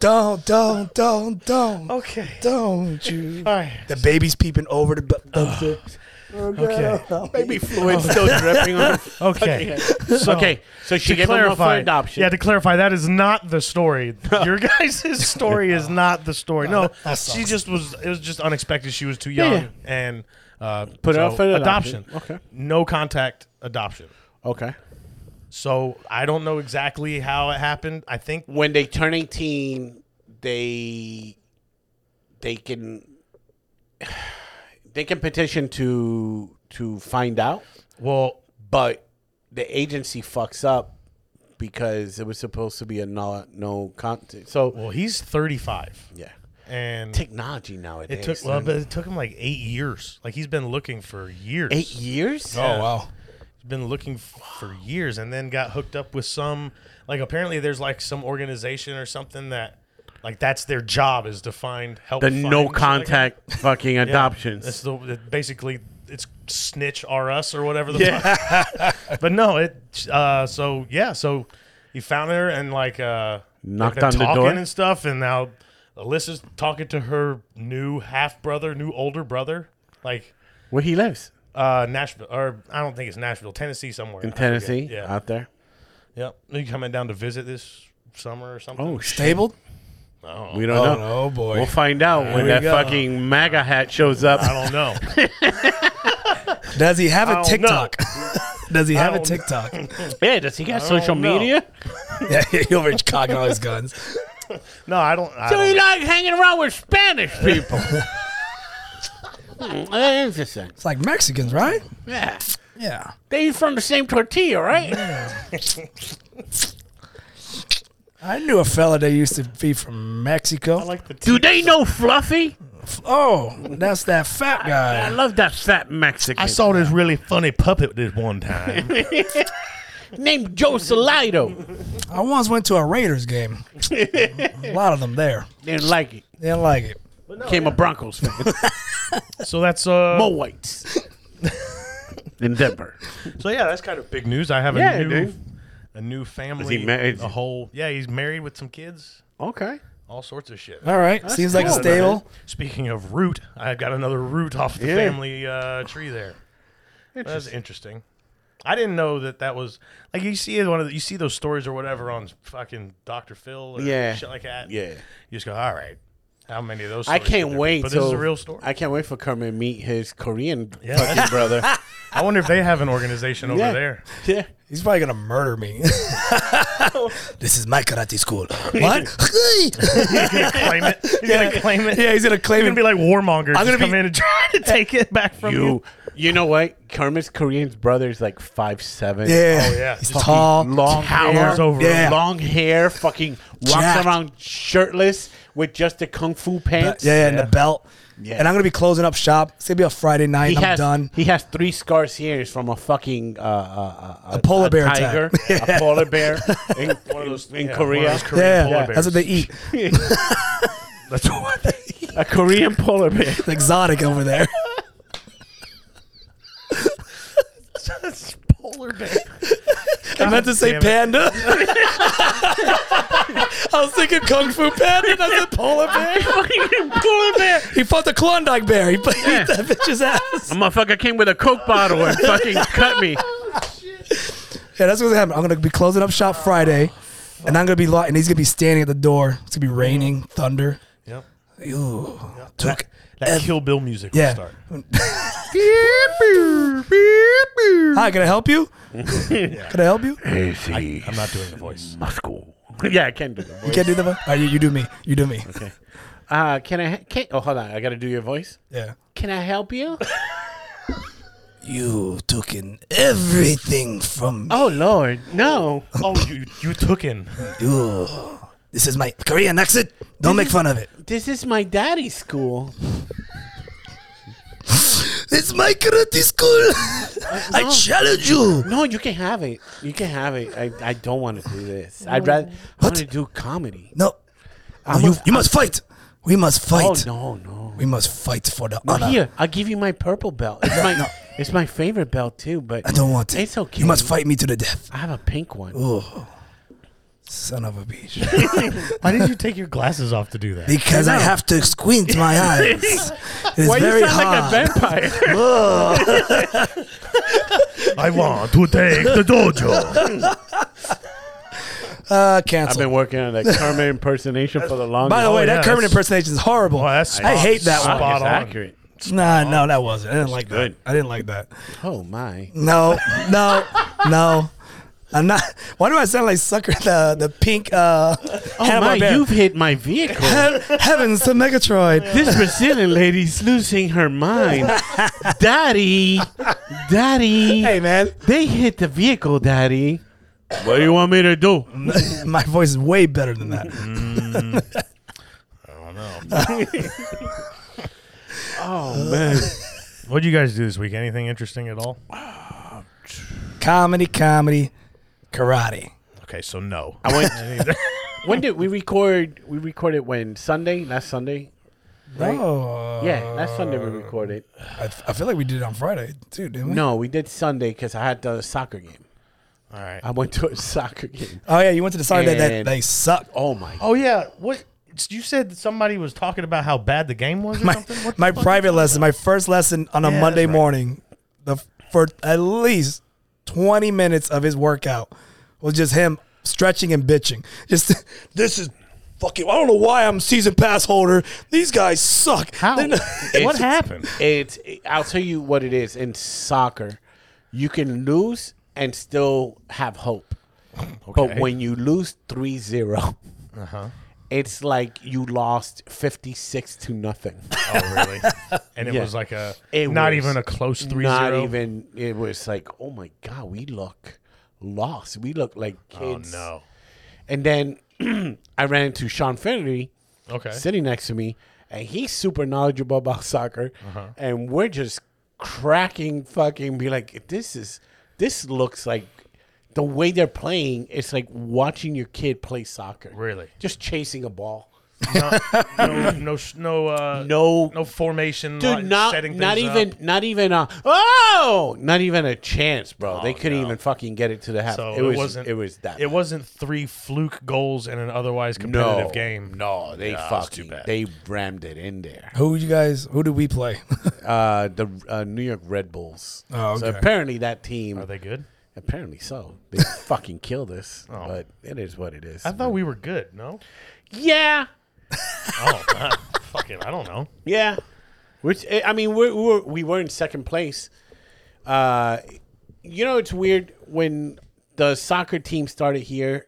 S1: don't, don't, don't, don't.
S3: okay,
S1: Don't you.
S3: all right,
S1: The baby's peeping over the bu-
S3: Oh,
S1: dumpster.
S3: <laughs> okay,
S2: Baby fluid
S3: <laughs>
S2: still dripping on.
S3: okay.
S2: So, okay, so she
S3: to
S2: gave him up for
S3: clarify,
S2: adoption.
S3: yeah, to clarify, that is not
S2: <laughs>
S3: the story. Your guys' story
S1: <laughs>
S3: is not the story. No,
S1: that
S3: she
S1: sucks.
S3: just was. It was just unexpected. She was too young
S2: Yeah.
S3: and uh,
S2: Put her up for adoption.
S3: adoption.
S2: Okay.
S3: no contact adoption.
S2: okay.
S3: So I don't know exactly how it happened. I think
S2: when they turn 18 they they can they can petition to to find out
S3: well,
S2: but the agency fucks up because it was supposed to be a no no content so
S3: well, he's thirty five,
S2: yeah
S3: and
S2: technology nowadays
S3: it took well, but it took him like eight years. Like he's been looking for years.
S2: 8 years
S3: Yeah.
S1: wow.
S3: been looking f- for years and then got hooked up with some like apparently there's like some organization or something that like that's their job is to find help
S2: the
S3: find
S2: no
S3: shit like
S2: <laughs> contact fucking
S3: that. Yeah.
S2: adoptions
S3: it's the it basically it's snitch or us or whatever the fuck <laughs> but no it uh so yeah so he found her and like uh they've
S2: Knocked
S3: been
S2: on the
S3: talking
S2: door?
S3: and stuff and now Alyssa's talking to her new half brother new older brother like
S2: where he lives
S3: uh Nashville or I don't think it's Nashville Tennessee somewhere
S2: in
S3: I forget.
S2: Tennessee
S3: yeah
S2: out there
S3: Yep. Are you coming down to visit this summer or something?
S2: Oh,
S1: Stabled?
S3: I don't know.
S2: we don't know
S1: Oh, boy.
S2: We'll find out when
S1: we
S2: that
S1: go.
S2: fucking MAGA hat shows up.
S3: <laughs> I don't
S2: <laughs>
S3: know.
S1: Does he have a
S3: I don't know.
S1: TikTok? <laughs> Does he have a
S3: don't
S1: TikTok?
S2: Yeah, does he got
S3: don't
S2: social
S3: know.
S2: media?
S1: <laughs> yeah, he over here cocking all his guns.
S3: No, I don't. I
S2: So
S3: don't
S2: he
S3: know.
S2: like hanging around with Spanish <laughs> people. Hmm, that's Interesting.
S1: It's like Mexicans, right?
S2: Yeah,
S1: Yeah.
S2: they eat from the same tortilla, right?
S1: I knew a fella that used to be from Mexico.
S3: I like the t-
S2: Do they know Fluffy?
S1: oh, that's that fat
S2: I
S1: guy.
S2: love that fat Mexican
S3: I saw this really funny puppet this one time.
S2: <laughs> named Joe Salito.
S1: I once went to a Raiders game. a lot of them there.
S2: Didn't like it.
S1: They didn't like it.
S2: Came a Broncos fan.
S3: so that's uh.
S1: <laughs>
S2: Mo Whites in Denver.
S3: So yeah, that's kind of big news. I have a
S2: Yeah,
S3: new,
S2: dude.
S3: a new family.
S2: he married?
S3: A whole. Yeah, he's married with some kids.
S2: Okay.
S3: All sorts of shit.
S1: All right. Seems like a
S2: cool.
S1: stable.
S3: Speaking of root, I got another root off the
S2: Yeah.
S3: family uh, tree there. That's interesting. I didn't know that that was like you see one of the, you see those stories or whatever on fucking Dr. Phil or
S2: Yeah.
S3: shit like that.
S2: Yeah.
S3: You just go, all right. How many of those?
S2: I
S3: stories could
S2: can't
S3: there be?"
S2: wait.
S3: But
S2: till,
S3: this is a real story.
S2: I can't wait for Kermit to meet his Korean
S3: Yeah.
S2: fucking <laughs> brother.
S3: I wonder if they have an organization over
S2: Yeah.
S3: there.
S2: Yeah.
S1: He's probably gonna murder me. <laughs> this is my karate school.
S2: <laughs>
S1: What?
S3: He's gonna claim it. He's gonna claim it.
S1: yeah, he's gonna claim
S3: He's
S1: it.
S3: gonna be like warmonger.
S1: gonna
S3: I'm gonna come
S1: be-
S3: in and try to take it back from you.
S2: You you know what? Kermit's Korean's brother is like five seven.
S1: yeah,
S3: Oh, yeah.
S1: he's
S3: Fucking
S1: tall,
S2: Long hair,
S3: towers over
S1: Yeah. him.
S2: long hair, fucking walks
S1: Jacked.
S2: around shirtless with just the kung fu
S1: yeah,
S2: pants.
S1: yeah, and the belt.
S2: Yeah.
S1: And I'm gonna be closing up shop. It's gonna be a Friday night.
S2: He
S1: and I'm
S2: has
S1: done.
S2: he has three scars here from a fucking uh, uh, uh, a
S1: polar bear attack.
S2: tiger, a
S1: <laughs>
S2: polar bear in, one of those, in
S3: Yeah,
S2: Korea,
S3: one of those Korean
S1: Yeah,
S3: polar
S1: that's what
S3: bears.
S1: they eat.
S3: That's <laughs> what they eat.
S2: a Korean polar bear.
S1: It's exotic over there. <laughs>
S3: That's polar bear.
S1: I meant to say
S3: damn
S1: panda.
S3: it.
S1: <laughs> I was thinking kung fu panda. That's a
S3: <laughs>
S1: polar bear.
S2: polar bear.
S1: He fought the Klondike bear. He put he ate that bitch's ass.
S2: A motherfucker came with a coke bottle and fucking cut me.
S1: Yeah, that's what's happening. I'm gonna be closing up shop Friday, and I'm gonna be lo- and he's gonna be standing at the door. It's gonna be raining, thunder.
S3: Yep.
S1: Ooh,
S3: That,
S1: took
S3: that
S1: ev-
S3: Kill Bill music
S1: Yeah.
S3: will start.
S1: Hi, can I help
S3: <laughs>
S1: you? Can I help you?
S3: I'm not doing the
S2: <laughs>
S3: voice.
S2: Moscow. Yeah, I can do the
S1: You
S2: voice.
S1: can't do the. vo- All right, you, you do me. You do me.
S2: Uh, can I? ha- Can, oh, hold on. I gotta do your voice.
S1: Yeah.
S2: Can I help you?
S1: You took in everything from
S2: Oh Lord, no.
S3: Oh, you you took in.
S1: you. This is my Korean accent. Don't make fun of it.
S2: This is my daddy's school.
S1: It's my karate school. <laughs>
S3: Oh.
S1: I challenge you.
S2: No, you can have it. You can have it. I, I don't want to do this. I'd rather. I want to do comedy.
S1: No, No,
S2: I'm
S1: you,
S2: a-
S1: you must fight. We must fight.
S2: Oh no, no.
S1: We must fight for the
S2: Well,
S1: honor.
S2: Here, I'll give you my purple belt. It's my it's my favorite belt too. But
S1: I don't want it.
S2: It's okay.
S1: You must fight me to the death.
S2: I have a pink one.
S1: Oh, son of a bitch.
S2: <laughs>
S3: Why did you take your glasses off to do that?
S1: Because I, have to squint
S2: <laughs>
S1: my eyes. It's very hard.
S2: like a
S1: <laughs>
S2: vampire?
S3: I want to take the dojo.
S1: uh,
S2: I've
S1: cancel.
S2: been working on <laughs> that Kermit impersonation for the longest.
S1: By the way,
S3: Oh, yeah,
S1: that Kermit
S3: that's-
S1: impersonation is horrible.
S3: Well, that's
S1: I
S3: spot-
S1: hate that
S3: spot
S1: one.
S2: spot
S3: on.
S2: accurate.
S1: Nah, no, that wasn't. I didn't like
S2: good.
S1: that. I didn't like that.
S2: Oh my!
S1: No, no, no. I'm not. Why do I sound like sucker? The the pink. Uh,
S2: Oh my! You've hit my vehicle.
S1: Heavens to Megatroid.
S2: <laughs> this Brazilian lady's losing her <laughs> mind. Daddy, daddy,
S1: Hey man,
S2: they hit the vehicle, daddy. What do you want me to do?
S1: <laughs> my voice is way better than that.
S3: I don't know.
S2: Oh man!
S3: What did you guys do this week? Anything interesting at all?
S1: Comedy, comedy, karate.
S3: Okay, so no.
S2: I
S3: <laughs>
S2: went. when did we record? We recorded when Sunday last Sunday. Right?
S1: Oh,
S2: Yeah, last Sunday we recorded.
S1: I, I feel like we did it on Friday too, didn't we?
S2: No, we did Sunday because I had the soccer game.
S3: all right.
S2: I went to a soccer game.
S1: Oh yeah, you went to the side that, that
S2: And-
S1: they suck.
S2: Oh my!
S3: Oh yeah, what you said that somebody was talking about how bad the game was or
S1: my,
S3: something. What the
S1: my
S3: fuck?
S1: private lesson, my first lesson on a
S3: Yeah,
S1: Monday
S3: that's right.
S1: morning, the for at least twenty minutes of his workout was just him stretching and bitching. Just <laughs> this is fucking. I don't know why I'm season pass holder. These guys suck.
S3: How?
S1: Then- <laughs>
S3: <laughs> what happened?
S2: It's. I'll tell you what it is in soccer. You can lose and still have hope, but
S3: Okay. Uh-huh.
S2: when you lose 3-0, it's like you lost fifty six to nothing.
S3: Oh
S2: <laughs>
S3: really? And it
S2: Yeah.
S3: was like a
S2: It
S3: not
S2: was
S3: even a close three
S2: Not
S3: zero.
S2: even. It was like, oh my god, we look lost. We look like
S3: Oh
S2: kids.
S3: no.
S2: And then <clears throat> I ran into Sean Finnery
S3: Okay.
S2: sitting next to me, and he's super knowledgeable about <laughs> soccer,
S3: Uh-huh.
S2: and we're just cracking fucking be like, this is this looks like the way they're playing. It's like watching your kid play soccer,
S3: Really?
S2: just chasing a ball.
S3: No no no sh- no, uh,
S2: No,
S3: no formation.
S2: dude,
S3: li-
S2: not
S3: setting
S2: not
S3: things
S2: even
S3: up.
S2: not even a oh, not even a chance, bro. they couldn't
S3: Oh, no.
S2: even fucking get it to the half.
S3: So
S2: it, was not it was that.
S3: It
S2: bad.
S3: wasn't three fluke goals in an otherwise competitive game.
S2: No, they
S3: Yeah, it was
S2: fucked
S3: too
S2: you.
S3: bad.
S2: They rammed it in there.
S1: who you guys? Who did we play? <laughs>
S2: Uh, the uh, New York Red Bulls.
S1: Oh,
S2: So
S1: okay.
S2: apparently that team.
S3: Are they good?
S2: Apparently so. They <laughs> fucking killed us. But it is what it is.
S3: I thought we were good. No.
S2: yeah, <laughs>
S3: Oh, uh, fucking, I don't know.
S2: eh, yeah. Which I mean, we we were we were in second place, Uh, you know, it's weird when the soccer team started here.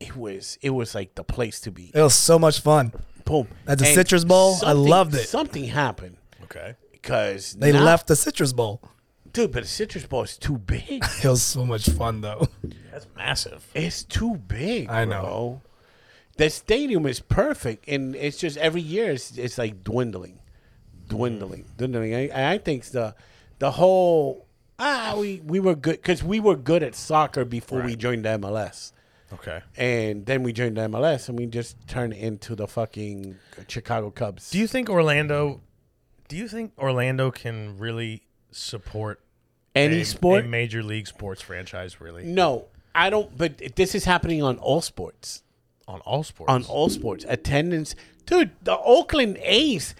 S2: It was it was like the place to be.
S1: It was so much fun.
S2: Boom
S1: At the Citrus Bowl, I
S2: something-
S1: loved it.
S2: Something happened
S3: Okay.
S2: because
S1: They left the Citrus Bowl.
S2: dude. But the Citrus Bowl is too big.
S1: It was so much fun though.
S3: That's massive.
S2: It's too big.
S1: I know.
S2: bro. The stadium is perfect, and it's just every year it's, it's like dwindling, dwindling, dwindling. I, I think the the whole ah we we were good because we were good at soccer before we joined the MLS,
S3: Okay.
S2: and then we joined the MLS, and we just turned into the fucking Chicago Cubs.
S3: Do you think Orlando? Do you think Orlando can really support
S2: Any
S3: a,
S2: sport?
S3: a major league sports franchise? Really
S2: no, I don't. But this is happening on all sports.
S3: on all sports?
S2: on all sports. Attendance, dude. The Oakland A's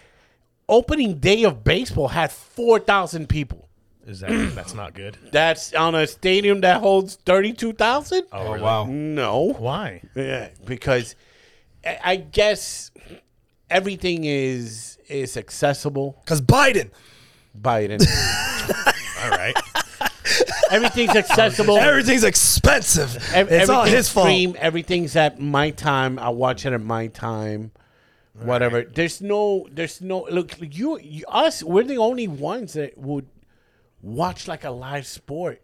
S2: opening day of baseball had four thousand people.
S3: is that that's not good?
S2: That's on a stadium that holds thirty-two thousand.
S3: Oh, really?
S2: Mm-hmm. No,
S3: Why?
S2: yeah, because I I guess everything is is accessible
S1: Because Biden,
S2: by it.
S3: All <laughs> right.
S2: Everything's accessible.
S3: Oh.
S1: everything's expensive.
S2: Ev-
S1: it's all his fault.
S2: stream, Everything's at my time. I watch it at my time. Whatever. There's no. There's no. Look, you, you, us. We're the only ones that would watch like a live sport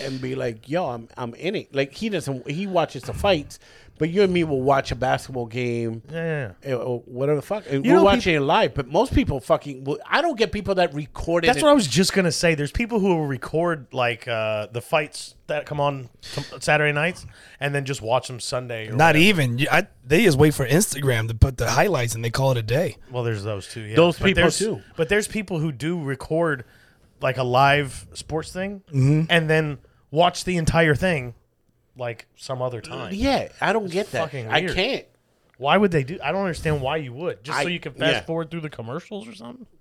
S2: and be like, "Yo, I'm, I'm in it." Like he doesn't. He watches the fights, but you and me will watch a basketball game.
S3: Yeah, yeah,
S2: eh, Or whatever the fuck, And
S3: You
S2: we're
S3: know,
S2: watching it live, but most people fucking. Will, I don't get people that record it.
S3: That's
S2: and-
S3: what I was just gonna say. There's people who will record like uh, the fights that come on t- Saturday nights, and then just watch them Sunday. Or,
S1: Not even. You- I, they just wait for Instagram to put the highlights and they call it a day.
S3: well, there's those too. Yeah.
S2: Those
S3: But
S2: people
S3: there's-
S2: too.
S3: But there's people who do record like a live sports thing,
S2: Mm-hmm.
S3: and then watch the entire thing like some other time.
S2: Yeah, I don't get that.
S3: fucking
S2: I
S3: weird.
S2: can't.
S3: Why would they do? I don't understand why you would. Just
S2: I-
S3: so you can fast
S2: yeah.
S3: forward through the commercials or something.
S2: I-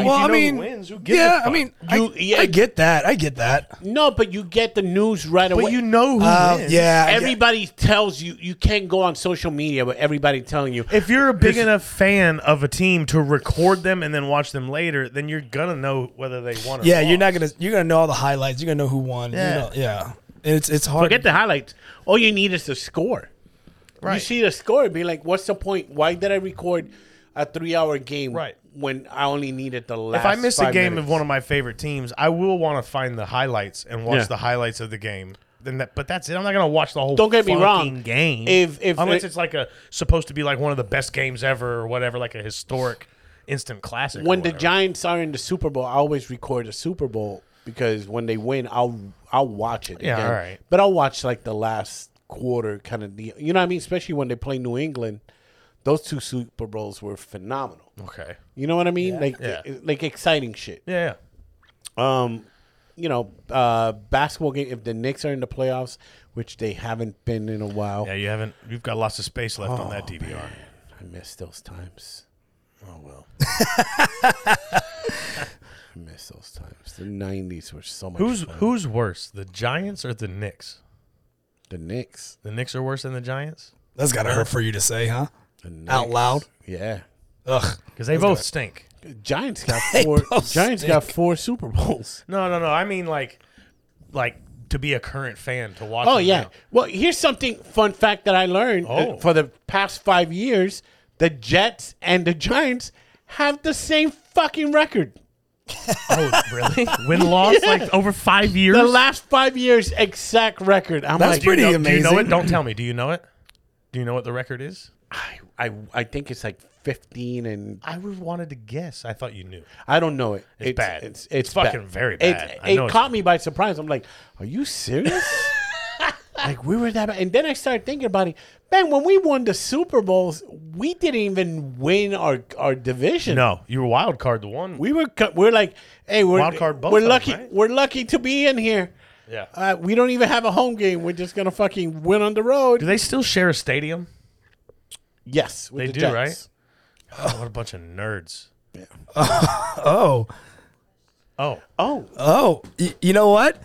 S3: If
S1: well,
S3: you
S1: I
S3: know who
S1: mean,
S3: wins, who gives a
S1: yeah, I
S3: fuck?
S1: mean,
S2: You-
S1: I,
S2: yeah.
S1: I get that. I get that.
S2: No, but you get the news right away.
S3: But you know who
S1: Uh,
S3: wins.
S1: yeah, I get-
S2: everybody tells you you can't go on social media, but everybody telling you
S3: If you're a big enough fan of a team to record them and then watch them later, then you're gonna know whether they won or
S1: Yeah, you're
S3: lost.
S1: not gonna you're gonna know all the highlights. You're gonna know who won. Yeah,
S3: Yeah.
S1: you know, yeah. And it's it's hard.
S2: forget the highlights. All you need is the score. You
S3: Right.
S2: see the score, and be like, "What's the point? Why did I record a three-hour game
S3: Right.
S2: when I only needed the last?"
S3: If I miss a
S2: five
S3: game
S2: minutes?
S3: of one of my favorite teams, I will want to find the highlights and watch
S2: Yeah.
S3: the highlights of the game. Then that, but that's it. I'm not gonna watch the whole.
S2: Don't get me
S3: fucking
S2: wrong.
S3: Game.
S2: If- if-
S3: unless
S2: uh,
S3: it's like a supposed to be like one of the best games ever or whatever, like a historic instant classic. or
S2: when the
S3: whatever.
S2: Giants are in the Super Bowl, I always record the Super Bowl because when they win, I'll I'll watch it.
S3: Yeah,
S2: again.
S3: all right.
S2: But I'll watch like the last quarter kind of deal. You know what I mean? Especially when they play New England, those two Super Bowls were phenomenal.
S3: okay,
S2: You know what I mean? Like eh,
S3: Yeah.
S2: like exciting shit.
S3: yeah, yeah.
S2: Um, you know, uh, basketball game. If the Knicks are in the playoffs, which they haven't been in a while,
S3: Yeah, you haven't. You've got lots of space left
S2: Oh,
S3: on that DVR.
S2: I miss those times.
S3: Oh
S2: <laughs>
S3: well.
S2: I miss those times. The '90s were so much.
S3: Who's
S2: fun.
S3: who's worse, the Giants or the Knicks?
S2: the Knicks?
S3: The Knicks are worse than the Giants
S1: That's gotta hurt for you to say, huh?
S2: The Knicks.
S1: Out loud.
S2: Yeah.
S1: Ugh.
S3: because they both stink.
S1: <laughs>
S2: Giants got four.
S1: both
S2: Giants got four Super Bowls.
S3: No, no, no. I mean like, like to be a current fan to watch.
S2: Oh
S3: them
S2: yeah.
S3: now.
S2: Well, here's something fun fact that I learned uh,
S3: Oh.
S2: for the past five years: the Jets and the Giants have the same fucking record.
S3: Oh really? <laughs> Win loss like over five years.
S2: The last five years exact record. I'm
S1: That's
S2: like,
S1: pretty
S3: No, Do you know it?
S1: amazing.
S3: Don't tell me. Do you know it? Do you know what the record is?
S2: I, I I think it's like 15 and
S3: I would wanted to guess. I thought you knew.
S2: I don't know it. It's,
S3: bad.
S2: It's, it's,
S3: It's fucking very bad.
S2: It,
S3: I know
S2: it
S3: it's
S2: caught me by surprise. I'm like, are you
S3: <laughs>
S2: serious? like we were that bad. And then I started thinking about it. Man, when we won the Super Bowls, we didn't even win our, our division.
S3: No, you were wild card the one.
S2: We were co- we're like, hey, we're
S3: Wild card both
S2: we're
S3: of them,
S2: lucky
S3: right?
S2: we're lucky to be in here.
S3: yeah.
S2: Uh, we don't even have a home game. We're just gonna fucking win on the
S3: do
S2: road.
S3: they still share a stadium?
S2: Yes, with
S3: They
S2: the
S3: do,
S2: Jets.
S3: right? Oh, what a bunch of nerds.
S1: Oh,
S3: Oh,
S2: Oh,
S1: oh. Y- you know what?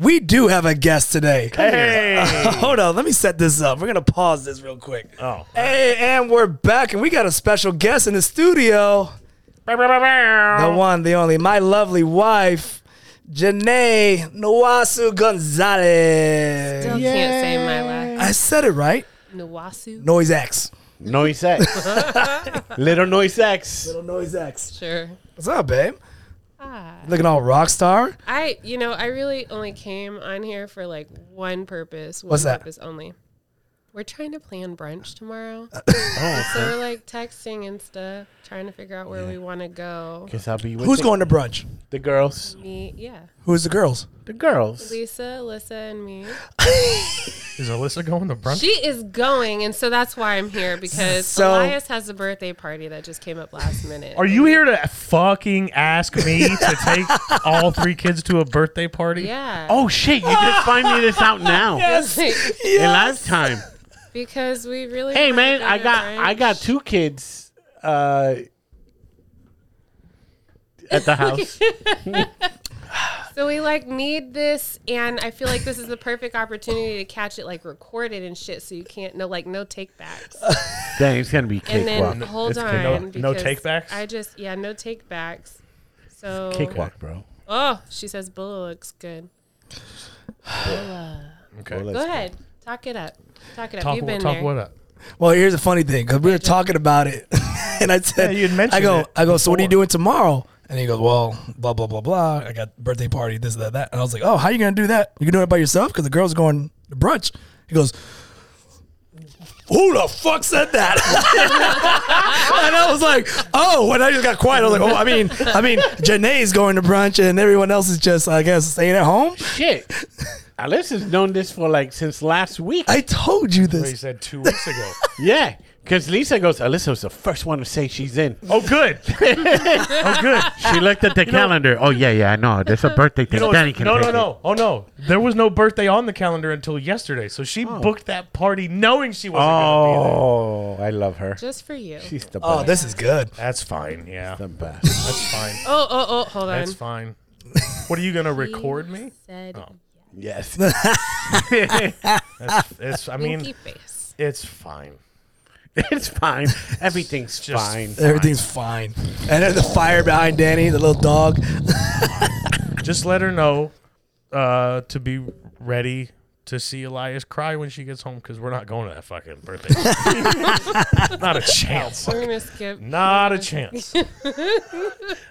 S1: We do have a guest today.
S3: hey.
S1: <laughs> Hold on, let me set this up. We're gonna pause this real quick.
S3: oh.
S1: Hey, and we're back, and we got a special guest in the studio. The one, the only, my lovely wife, Janae Nawasu Gonzalez.
S4: Still can't say my last
S1: I said it right.
S4: Nawasu.
S1: Noise X.
S2: Noise X. <laughs> Little Noise X.
S1: Little Noise X.
S4: Sure.
S1: What's up, babe?
S4: Ah.
S1: Looking all rock star.
S4: I, you know, I really only came on here for like one purpose. One
S1: What's that?
S4: purpose only. We're trying to plan brunch tomorrow.
S2: Uh, oh,
S4: <laughs> So we're like texting and stuff, trying to figure out where we want to go.
S2: Guess I'll be with
S1: Who's
S2: the,
S1: going to brunch?
S2: The girls.
S4: Me, yeah.
S1: Who's the <laughs> girls?
S2: The girls.
S4: Lisa, Alyssa, and me.
S3: Is Alyssa going to brunch?
S4: She is going, and so that's why I'm here because
S1: So-
S4: Elias has a birthday party that just came up last minute.
S3: Are you here to fucking ask me
S4: <laughs>
S3: to take all three kids to a birthday party?
S4: Yeah.
S2: Oh shit, you just find me this out <laughs> now.
S1: Yeah.
S2: And last time.
S4: <laughs> because we really.
S2: Hey
S4: wanna
S2: man,
S4: go
S2: I
S4: to
S2: got I
S4: brunch.
S2: got two kids uh at the
S4: <laughs>
S2: house.
S4: So we like need this, and I feel like this is the perfect opportunity to catch it like recorded and shit, so you can't no like no takebacks.
S2: Dang, it's gonna be
S4: And
S2: cakewalk.
S4: then hold
S3: it's-
S4: on,
S3: no- no
S4: because
S3: takebacks?
S4: I just yeah, no takebacks. So
S2: cakewalk, bro.
S4: oh, she says Bula looks good.
S3: Okay.
S4: Go ahead, talk it up, talk it up.
S3: Talk,
S4: You've been
S3: talk
S4: there.
S3: what up?
S1: Well, here's the funny thing because we were talking about it, <laughs> and I said,
S3: Yeah, you had mentioned
S1: I go,
S3: it
S1: I go. So what are you
S3: before.
S1: doing tomorrow? And he goes, well, blah blah blah blah. I got birthday party, this that that. And I was like, oh, how you gonna do that? You doing it by yourself because the girls are going to brunch. He goes, who the fuck said that? <laughs> and I was like, oh, and I just got quiet. I was like, oh, I mean, I mean, Janae's going to brunch, and everyone else is just, I guess, staying at home.
S2: Shit. Alyssa's known this for like since last week.
S1: I told you this.
S3: He said two weeks ago.
S2: Yeah, because Lisa goes, Alyssa was the first one to say she's in.
S3: <laughs> oh, good. oh, good.
S2: <laughs> She looked at the calendar. oh, yeah, yeah, I know. There's
S3: <laughs>
S2: a birthday thing.
S3: You know, no, no, no. Oh, no. There was no birthday on the calendar until yesterday. So she
S4: Oh.
S3: booked that party knowing she wasn't going to be there.
S2: Oh, I love her.
S4: Just for you.
S2: She's the best.
S1: Oh, this is good.
S3: That's fine. Yeah.
S2: the best.
S3: <laughs> That's fine.
S4: Oh oh oh, hold on.
S3: That's fine. What are you going
S4: <laughs>
S3: to record me? Oh,
S4: Said
S2: yes.
S3: That's, it's, I mean,
S4: pinky face.
S3: it's fine.
S2: <laughs> it's fine. Everything's
S3: Just-
S2: fine.
S1: Everything's fine. And then the fire behind Danny, the little dog.
S3: Just let her know uh, to be ready to see Elias cry when she gets home because we're not going to that fucking birthday.
S2: <laughs>
S3: not a chance.
S4: We're gonna skip.
S3: Not a chance.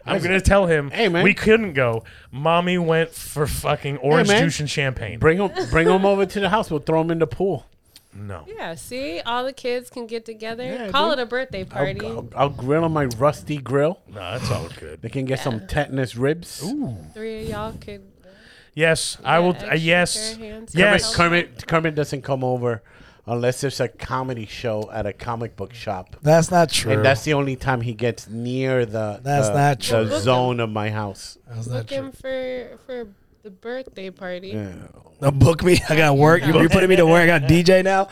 S3: I'm gonna tell him.
S2: Hey, man.
S3: we couldn't go. Mommy went for fucking orange
S2: man.
S3: juice and champagne.
S2: Bring them, bring 'em over to the house. We'll throw them in the pool.
S3: No,
S4: Yeah, see, all the kids can get together.
S2: Yeah,
S4: Call
S2: dude.
S4: it a birthday
S2: I'll,
S4: party.
S2: I'll, I'll grill on my rusty grill.
S3: no, that's all good.
S2: They can get some tetanus ribs. Ooh.
S4: Three of y'all could.
S3: Yes, I will.
S4: extra
S3: Uh, yes,
S4: pair of hands.
S3: yes.
S2: Kermit, Kermit doesn't come over unless there's a comedy show at a comic book shop.
S1: That's not true.
S2: And that's the only time he gets near the
S1: That's
S2: the,
S1: not true.
S2: the zone of my house.
S1: that's not true.
S4: Looking for for the birthday party. Yeah.
S1: Don't book me. I got work. You, you're putting me to work. I got DJ now.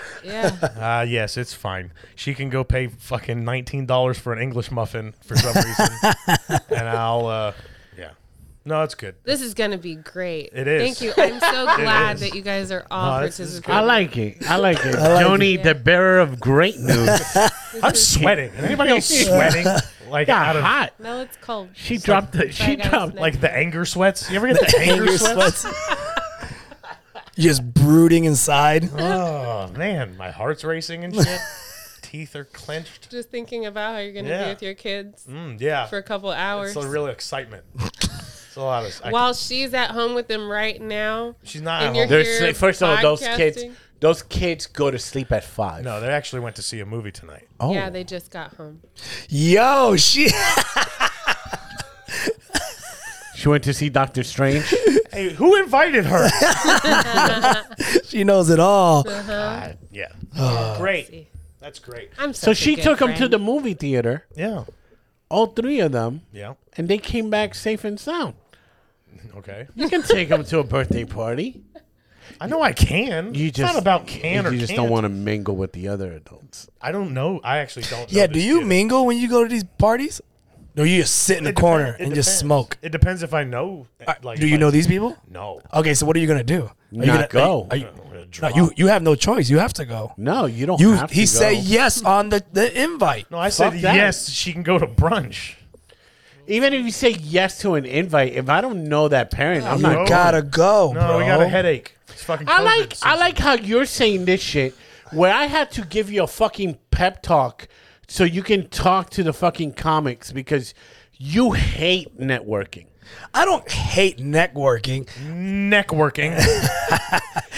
S3: Ah, yes, it's fine. She can go pay fucking nineteen dollars for an English muffin for some reason, and I'll. Uh, yeah, no, it's good.
S4: This is gonna be great.
S3: It is.
S4: Thank you. I'm so glad
S3: is.
S4: that you guys are all
S3: this is
S4: participating.
S2: I like it. I
S1: <laughs>
S2: like it.
S1: like
S2: Joni,
S4: it.
S2: the bearer of <laughs> great news.
S3: I'm <laughs> sweating. Is anybody else sweating? Like out
S2: Got
S3: of
S2: hot.
S4: No, it's cold.
S2: She dropped the. She
S4: I got
S2: dropped.
S4: snacks.
S3: like the anger sweats. You ever get the anger
S1: You're
S3: sweats?
S1: sweats. <laughs> Just brooding inside.
S3: Oh man, my heart's racing and <laughs> shit. Teeth are clenched.
S4: <laughs> Just thinking about how you're gonna
S3: Yeah.
S4: be with your kids
S3: Mm, yeah,
S4: for a couple hours.
S3: It's a real excitement. It's a lot of. I,
S4: While she's at home with them right now.
S3: she's not.
S4: and
S3: at
S4: you're
S3: home.
S4: here-
S2: There's first of all, those kids.
S4: podcasting.
S2: Those kids go to sleep at five.
S3: No, they actually went to see a movie tonight.
S2: Oh.
S4: Yeah, they just got home.
S1: Yo, she. <laughs>
S2: She went to see Doctor
S4: <laughs>
S2: Strange.
S3: Hey, who invited her?
S1: She knows it all.
S3: yeah, great. That's great.
S4: I'm
S2: so she took them to the movie theater.
S3: Yeah,
S2: All three of them,
S3: yeah. <laughs>
S2: and they came back safe and sound.
S3: Okay,
S2: You can take them to a birthday party.
S3: <laughs> I know I can.
S2: You
S3: it's
S2: just
S3: not about can or
S2: You just
S3: can't.
S2: don't want to mingle with the other adults.
S3: I don't know. I actually don't. know
S1: Yeah, do
S3: this
S1: you
S3: kid.
S1: mingle when you go to these parties? No, you just sit in the
S3: It depen-
S1: corner
S3: it
S1: and
S3: depends.
S1: just smoke. Uh,
S3: It depends if I know. Like,
S1: do you
S3: like-
S1: know these people?
S3: No.
S1: Okay, so what are you gonna do? Are you
S2: Not
S1: gonna, are
S2: go.
S1: you-
S3: <laughs>
S1: are you-
S3: I'm gonna
S1: no,
S3: drop.
S1: you you have no choice. You have to go.
S2: No, you don't.
S1: You
S2: have to
S1: he
S2: go.
S1: said yes on the, the invite.
S3: No, I said
S2: Fuck that.
S3: yes. She can go to brunch.
S2: Even if you say yes to an invite, if I don't know that parent, I'm
S1: You
S2: not.
S3: no.
S1: gotta go,
S3: No,
S1: bro.
S3: we got a headache. It's fucking.
S2: I
S3: COVID
S2: like I
S3: season.
S2: like how you're saying this shit, where I had to give you a fucking pep talk so you can talk to the fucking comics because you hate networking.
S1: I don't hate networking. <laughs>
S3: networking.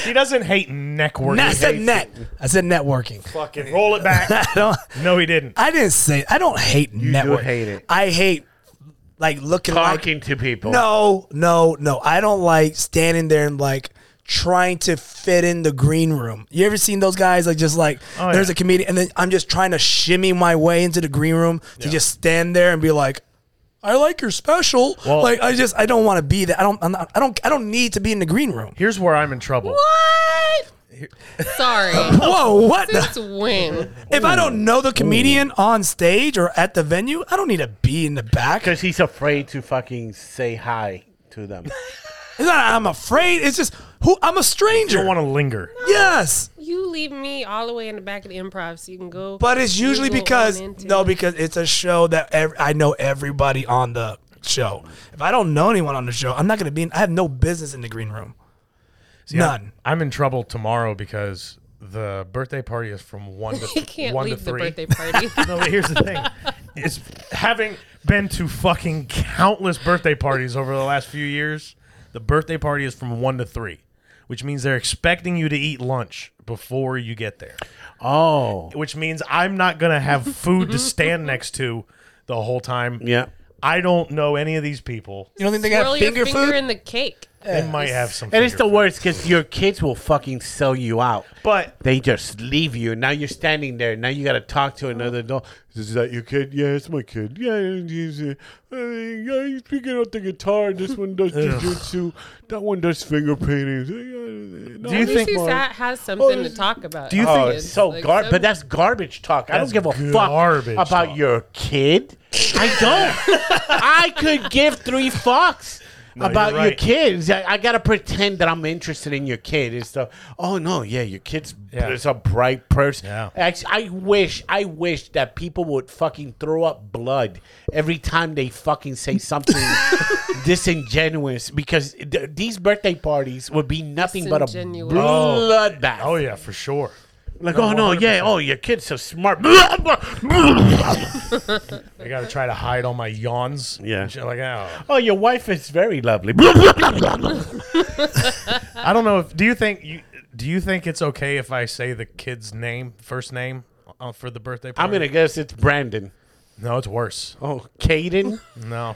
S3: he doesn't hate networking.
S1: Nah, I
S3: He
S1: said
S3: hates
S1: net. I said networking.
S3: Fucking roll it back.
S1: <laughs> I don't.
S3: no, he didn't.
S1: I didn't say. I don't hate
S2: do
S1: network.
S2: hate it.
S1: I hate like looking like
S2: Talking to people.
S1: No, no, no. I don't like standing there and like trying to fit in the green room. You ever seen those guys like just like
S3: Oh,
S1: there's
S3: yeah.
S1: a comedian and then I'm just trying to shimmy my way into the green room to just stand there and be like I like your special.
S3: Well-
S1: like I just I don't want to be that. I don't I'm not, I don't I don't need to be in the green room.
S3: Here's where I'm in trouble.
S4: What?
S1: <laughs>
S4: Sorry.
S1: Whoa, what? the-
S4: Since when?
S1: if I don't know the comedian on stage or at the venue, I don't need to be in the back.
S2: because he's afraid to fucking say hi to them.
S1: It's not I'm afraid. It's just who I'm a
S3: You
S1: stranger.
S3: don't want to linger.
S1: yes.
S4: You leave me all the way in the back of the improv so you can go.
S1: But it's usually
S4: Google
S1: because
S4: on into-
S1: no, because it's a show that ev- I know everybody on the show. If I don't know anyone on the show, I'm not gonna be. In, I have no business in the green room. None.
S3: I'm in trouble tomorrow because the birthday party is from one
S4: <laughs>
S3: to
S4: You can't
S3: one
S4: leave
S3: to
S4: the
S3: three.
S4: birthday party.
S3: <laughs> no, but here's the thing: is having been to fucking countless birthday parties over the last few years, the birthday party is from one to three, which means they're expecting you to eat lunch before you get there.
S2: oh,
S3: Which means I'm not gonna have food to stand
S4: <laughs>
S3: next to the whole time.
S2: yeah.
S3: I don't know any of these people.
S1: You don't think they
S4: Swirl
S1: got
S4: your
S1: finger,
S4: finger
S1: food?
S4: in the cake.
S3: They might have some.
S2: And it's the
S3: finger
S2: worst because your kids will fucking sell you out.
S3: But-
S2: they just leave you. Now you're standing there. Now you got to talk to another adult. Is that your kid? Yeah, it's my kid. Yeah, he's, uh, uh, yeah, he's picking up the guitar. This one does jujitsu. That one does finger paintings. Do
S3: you
S4: At least
S3: think-
S4: he's ha- has something to
S2: this-
S4: talk about.
S3: Do you
S2: Oh,
S3: think
S2: it's so garbage. But that's garbage talk. I don't
S3: That's
S2: give a
S3: garbage
S2: fuck about
S3: talk.
S2: your kid. I don't.
S3: <laughs>
S2: I could give three fucks.
S3: you're
S2: about your
S3: right.
S2: kids, I, I gotta pretend that I'm interested in your kid. It's the oh no, yeah, your kid's
S3: Yeah.
S2: is a bright person.
S3: Yeah.
S2: Act- I wish, I wish that people would fucking throw up blood every time they fucking say
S3: <laughs>
S2: something disingenuous because th- these birthday parties would be nothing but a
S4: Disingenuous.
S2: bloodbath.
S3: Oh yeah, for sure.
S2: Like, oh no, yeah,
S3: 100%.
S2: oh your kid's so smart. <laughs>
S3: I gotta try to hide all my yawns.
S2: Yeah.
S3: And shit like oh.
S2: oh, your wife is very lovely. <laughs>
S3: I don't know if do you think you do you think it's okay if I say the kid's name first name uh, for the birthday
S2: I'm
S3: party?
S2: gonna guess it's Brandon.
S3: No, it's worse.
S2: Oh, Caden.
S3: No.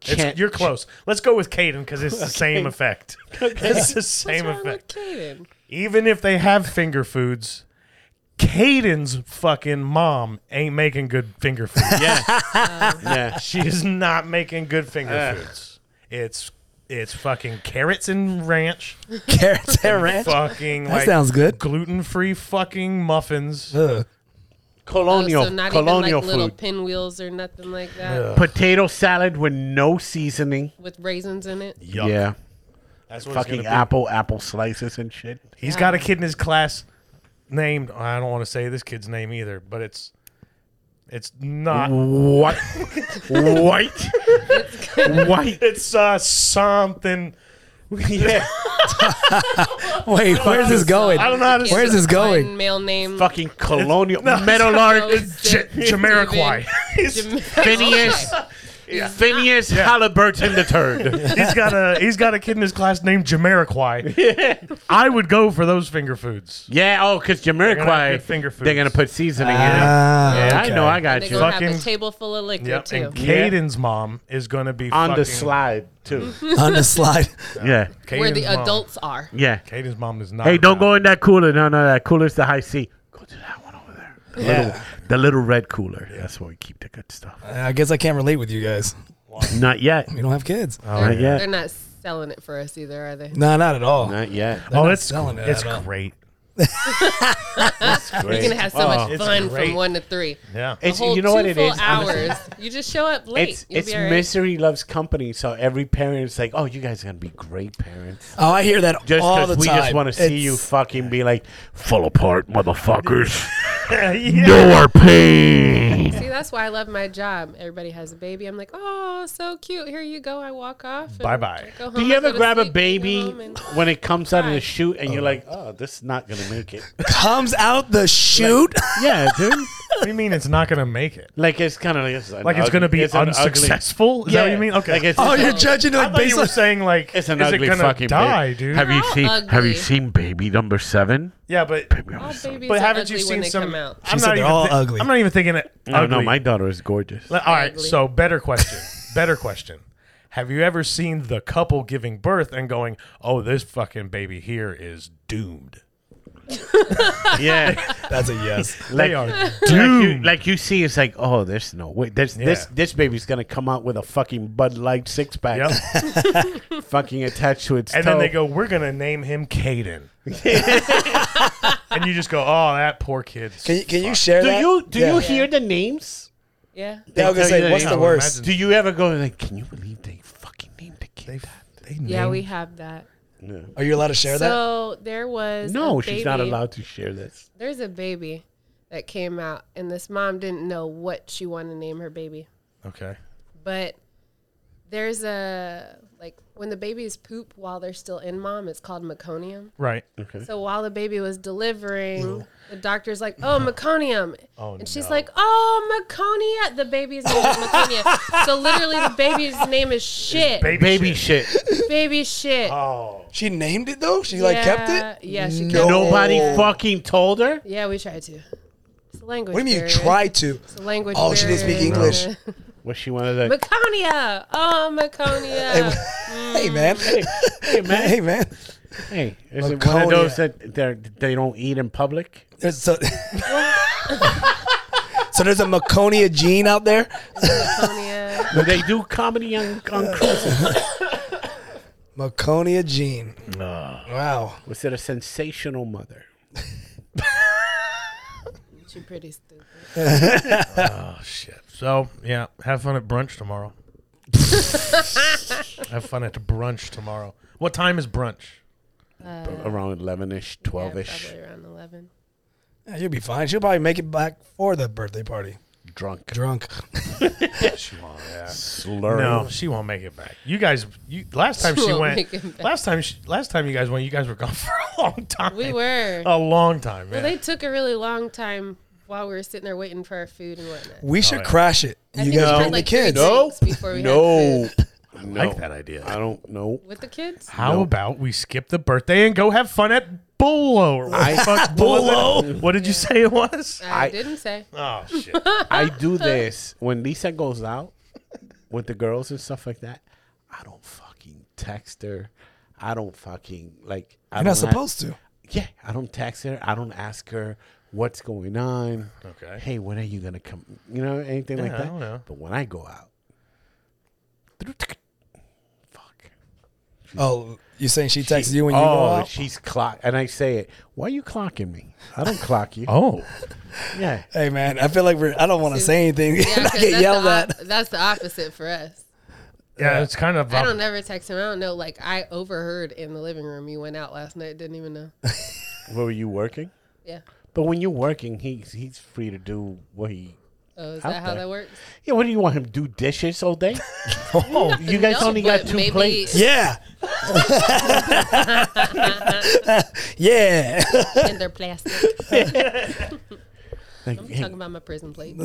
S2: Chan-
S3: It's, you're close. Let's go with Caden cuz it's the same
S4: <laughs>
S3: effect. It's the same
S4: What's wrong with
S3: effect.
S4: Caden?
S3: Even if they have finger foods, Caden's fucking mom ain't making good finger food.
S4: <laughs>
S2: Yeah, yeah.
S3: She is not making good finger foods. It's it's fucking carrots and ranch.
S1: <laughs> Carrots and ranch.
S3: Fucking like
S1: sounds good.
S3: Gluten free fucking muffins.
S1: Ugh.
S4: Oh,
S2: <laughs> Colonial,
S4: so not
S2: colonial
S4: even like little
S2: food.
S4: pinwheels or nothing like that
S2: Potato salad with no seasoning.
S4: with raisins in it.
S3: Yuck.
S2: Yeah,
S3: That's what
S2: fucking
S3: it's gonna
S2: apple, apple slices and shit.
S3: be. He's got a kid in his class named I don't want to say this kid's name either, but it's it's
S2: <laughs>
S3: not
S2: What? <laughs> White, white.
S3: it's uh something
S2: <laughs> Yeah,
S1: Wait, where's this going?
S3: I don't know how to
S4: Kids
S3: say
S1: Where's
S4: with
S1: this
S4: one
S1: going?
S4: Male name.
S2: fucking colonial.
S3: No,
S2: <laughs>
S3: it's
S2: Metal
S4: so
S2: art.
S4: sick.
S3: J- <laughs> Jamiroquai. he's,
S4: Jam-
S2: Phineas. Phineas Halliburton the <laughs> third.
S3: <laughs> he's got a he's got a kid in his class named
S2: <laughs>
S3: Jamiroquai. I would go for those finger foods.
S2: yeah, oh, because
S3: gonna have
S2: Jamiroquai,
S3: good finger
S2: they're going to
S3: foods.
S2: put seasoning in it.
S1: Ah,
S2: yeah, I
S1: okay.
S2: know, I
S4: They're
S2: got you.
S4: gonna have
S3: Fucking-
S4: a table full of liquor
S3: Yep.
S4: too.
S3: And Caden's mom is gonna be
S2: On
S3: fucking,
S2: the slide,
S3: <laughs>
S2: too.
S1: On the slide. <laughs>
S2: yeah,
S4: where
S3: Caden's
S4: the
S3: mom-
S4: adults are.
S2: yeah.
S3: Caden's mom is not.
S2: Hey, don't
S3: around.
S2: go in that cooler. No, no, that cooler's the high C. Go to that one over there. The,
S1: Yeah.
S2: little, the little red cooler. That's where we keep the good stuff.
S1: I guess I can't relate with you guys.
S2: Not yet.
S1: We don't have kids.
S3: Uh,
S2: Not
S4: They're
S2: yet.
S4: not selling it for us either, are they?
S1: No, not at all.
S2: Not yet.
S3: Oh,
S1: not
S3: it's
S1: selling it
S3: it's
S1: at all.
S3: great.
S4: You're gonna have so much
S2: Oh.
S3: it's
S4: fun
S3: great.
S4: from one to three.
S3: <laughs> Yeah.
S4: A
S2: It's,
S4: whole
S2: you know
S4: two
S2: what it
S4: full
S2: is? honestly?
S4: Hours. You just show up late.
S2: It's,
S4: You'll
S2: it's
S4: be all right.
S2: misery loves company. So every parent is like, oh, you guys are going to be great parents.
S1: Oh, I hear that
S2: Just
S1: all the
S2: because
S1: time.
S2: we just want to see
S1: It's-
S2: <laughs> you fucking be like, fall apart, motherfuckers.
S3: Your pain.
S4: See, that's why I love my job. Everybody has a baby. I'm like, oh, so cute. Here you go. I walk off. and
S3: Bye-bye.
S4: go
S2: Do
S4: home,
S2: you
S4: I
S2: ever
S4: go to
S2: grab a
S4: sleep, and go
S2: baby <laughs>
S4: home and-
S2: when it comes out of the
S4: Right.
S2: chute and you're like, oh, this is not going to make
S3: <laughs>
S2: it?
S1: Comes out the chute.
S2: yeah, dude.
S3: What do you mean it's not gonna make it?
S2: Like, it's kind of like, it's an
S3: Like it's gonna
S2: ugly-
S3: be
S2: an ugly-
S3: unsuccessful? Is that what you mean? Okay.
S2: Like
S1: <laughs>
S2: it's,
S1: oh,
S2: it's <laughs>
S1: you're
S2: a-
S1: judging
S3: I
S1: like
S3: thought you
S1: based
S3: were
S1: on.
S3: saying like
S2: It's an
S3: is
S2: ugly
S3: it gonna
S2: fucking
S3: die,
S2: baby.
S3: dude?
S4: Have you all seen- have ugly. you seen
S2: baby number seven?
S3: yeah, but
S4: All babies
S3: but
S4: are
S3: haven't
S4: ugly
S3: you
S4: when
S3: seen
S4: they
S3: some?
S4: come out.
S1: said they're
S3: even
S1: all ugly.
S3: I'm not even thinking it.
S2: No,
S3: ugly.
S2: no, my daughter is
S3: <laughs>
S2: gorgeous.
S3: All right,
S4: Ugly.
S3: so better question. better question. Have you ever seen the couple giving birth and going, "Oh, this fucking baby here is doomed."
S2: yeah,
S1: That's a yes.
S2: <laughs> like,
S3: they are
S2: Like you,
S3: doomed.
S2: like you see, it's like, oh, there's no way. There's this
S3: Yeah.
S2: this baby's gonna come out with a fucking Bud Light six pack,
S3: Yep.
S2: fucking attached to its.
S3: And
S2: toe.
S3: then they go, "We're gonna name
S2: <laughs>
S3: him Caden." and you just go, "Oh, that poor kid."
S1: Can you, can you share
S2: Do
S1: that?
S2: you do
S1: Yeah.
S2: you hear the names?
S4: Yeah.
S1: Yeah, I was
S2: tell
S1: gonna
S2: you
S1: say,
S2: that
S1: what's
S2: you
S1: the
S2: know,
S1: worst?
S3: imagine-
S2: Do you ever go like, can you believe they fucking named the kid?
S3: They
S4: Yeah,
S3: named-
S4: we have that.
S1: Are you allowed to share that?
S4: So there was
S2: No,
S4: a
S2: she's not
S4: baby-
S2: allowed to share this.
S4: There's a baby that came out, and this mom didn't know what she wanted to name her baby.
S3: Okay.
S4: But there's a like when the babies poop while they're still in mom, it's called meconium.
S3: Right.
S4: So while the baby was delivering, the doctor's like,
S1: <laughs>
S4: "Oh, meconium,"
S3: Oh,
S4: and she's
S3: no.
S4: like, "Oh, meconia." The baby's name is meconia. so literally, the baby's name is shit. Baby,
S3: Baby,
S2: Baby
S3: shit.
S2: shit.
S4: shit.
S3: Oh.
S1: She named it though. She like kept
S4: Yeah,
S1: it.
S4: yeah, she
S1: No.
S4: kept it.
S2: Mm. Nobody
S3: Oh.
S2: fucking told her.
S4: Yeah, we tried to. It's a language.
S1: What do you mean you
S4: barrier.
S1: tried to? <laughs>
S4: It's a language.
S1: Oh, she didn't
S4: barrier.
S1: speak
S4: <laughs>
S1: English.
S2: Was she one of the?
S4: Maconia. Oh, Maconia.
S1: Hey man.
S4: Mm.
S3: <laughs>
S2: Hey man,
S1: Hey man.
S2: hey, is it one
S1: Laconia.
S2: of those that they they don't eat in public?
S1: There's so. <laughs> So there's a Maconia gene out there.
S4: Maconia.
S2: Do they do comedy on, on
S3: <laughs>
S2: cruises?
S1: Maconia gene. Wow.
S2: Was it a sensational mother?
S4: She pretty stupid.
S3: Oh shit. So yeah, have fun at brunch <laughs> tomorrow. have fun at brunch tomorrow. What time is brunch?
S2: Around eleven ish,
S4: Uh, Yeah,
S2: twelve ish,
S4: probably around eleven.
S1: Yeah, you'll be fine. She'll probably make it back for the birthday party.
S2: drunk,
S1: Drunk.
S3: She won't.
S2: slurring.
S3: No, she won't make it back. You guys, you last time
S4: She
S3: she
S4: won't
S3: went,
S4: make it back.
S3: last time, she, last time you guys went, you guys were gone <laughs> for a long time.
S4: We were.
S1: Oh,
S3: a long time,
S4: Well,
S3: man.
S4: they took a really long time while we were sitting there waiting for our food and whatnot.
S1: We
S2: Oh,
S1: should
S3: yeah.
S1: crash it.
S4: I
S1: you
S4: think
S1: guys
S4: we
S1: bring
S4: did, like,
S1: the kids.
S4: three-
S2: no,
S4: drinks before we had
S2: no, no.
S3: I like that idea.
S2: I don't know.
S4: With the kids?
S3: How about we skip the birthday and go have fun at Bolo? Or what the fuck was it? What did you say it was?
S4: I,
S2: I-
S4: didn't say.
S3: Oh shit!
S2: I do this when Lisa goes out with the girls and stuff like that. I don't fucking text her. I don't fucking like. I
S1: You're not
S2: don't
S1: supposed to.
S2: Yeah, I don't text her. I don't ask her what's going on.
S3: Okay.
S2: Hey, when are you gonna come? You know, anything like
S3: Yeah, I
S2: that.
S3: don't know.
S2: But when I go out, fuck.
S1: Oh, you saying she texted you when you go
S2: Oh,
S1: out?
S2: she's clock, and I say it. Why you clocking me? I don't clock you.
S3: <laughs> Oh,
S2: Yeah.
S1: Hey man, I feel like we're. I don't want to say <laughs> anything.
S4: Yeah,
S1: I
S4: 'cause
S1: get
S4: that's
S1: yelled
S4: the
S1: at.
S4: op- That's the opposite for us.
S3: yeah, it's kind of.
S4: I don't ever text him. I don't know. Like, I overheard in the living room you went out last night. Didn't even know.
S2: Were you working?
S4: Yeah.
S2: But when you're working, he's he's free to do what he.
S4: Oh, is
S2: Out
S4: that how
S2: there.
S4: that works?
S2: Yeah. What do you want him to do? Dishes all
S3: <laughs>
S2: day?
S1: Oh,
S2: You guys
S4: No,
S2: only got
S4: but
S2: two
S4: maybe-
S2: plates.
S1: yeah.
S4: <laughs>
S1: yeah. <laughs>
S4: And they're plastic.
S2: Like,
S4: I'm
S2: hey,
S4: talking about my prison plate.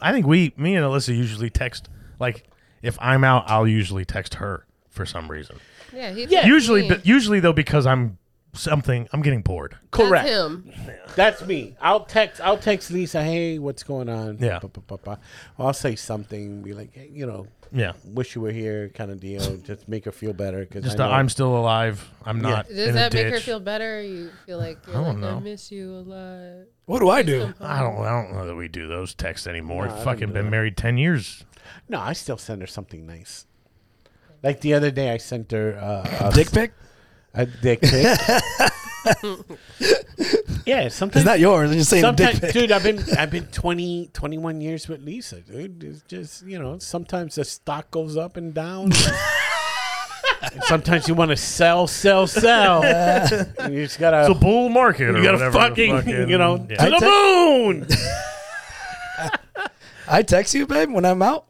S3: I think we, me and Alyssa, usually text. Like, if I'm out, I'll usually text her for some reason.
S4: Yeah, he
S2: Yeah.
S4: yeah.
S3: Usually, but usually though, because I'm something, I'm getting bored.
S2: correct.
S4: That's him.
S2: That's me. I'll text. I'll text Lisa. Hey, what's going on?
S3: Yeah.
S2: Ba, ba, ba, ba. I'll say something. Be like, hey, you know,
S3: Yeah,
S2: wish you were here, kind of
S3: <laughs>
S2: deal. Just make her feel better. Cause
S3: just
S2: I
S3: that
S2: know-
S3: I'm still alive. I'm not.
S4: Does
S3: in
S4: that
S3: a
S4: make her
S3: ditch.
S4: feel better? Or you feel like you're I,
S3: don't
S4: like I
S3: know.
S4: miss you a lot.
S1: What do I do?
S3: I don't. I don't know that we do those texts anymore.
S2: I don't
S3: Fucking
S2: do
S3: been married ten years.
S2: <laughs> No, I still send her something nice. Like the other day, I sent her uh, a,
S1: Dick pic?
S2: a dick
S3: <laughs>
S2: pic. yeah,
S1: It's
S2: sometimes.
S1: not yours. I'm just saying dick
S2: Sometimes,
S1: pic.
S2: dude, I've been I've been 20, 21 years with <laughs> Lisa, dude. It's just you know, sometimes the stock goes up and down. And sometimes you want to sell, sell, <laughs> sell. And you just gotta.
S3: It's a bull market. or
S2: you gotta
S3: whatever the <laughs>
S2: fucking, you know,
S3: yeah.
S2: to the
S1: I
S2: moon.
S1: I text you, babe, when I'm out.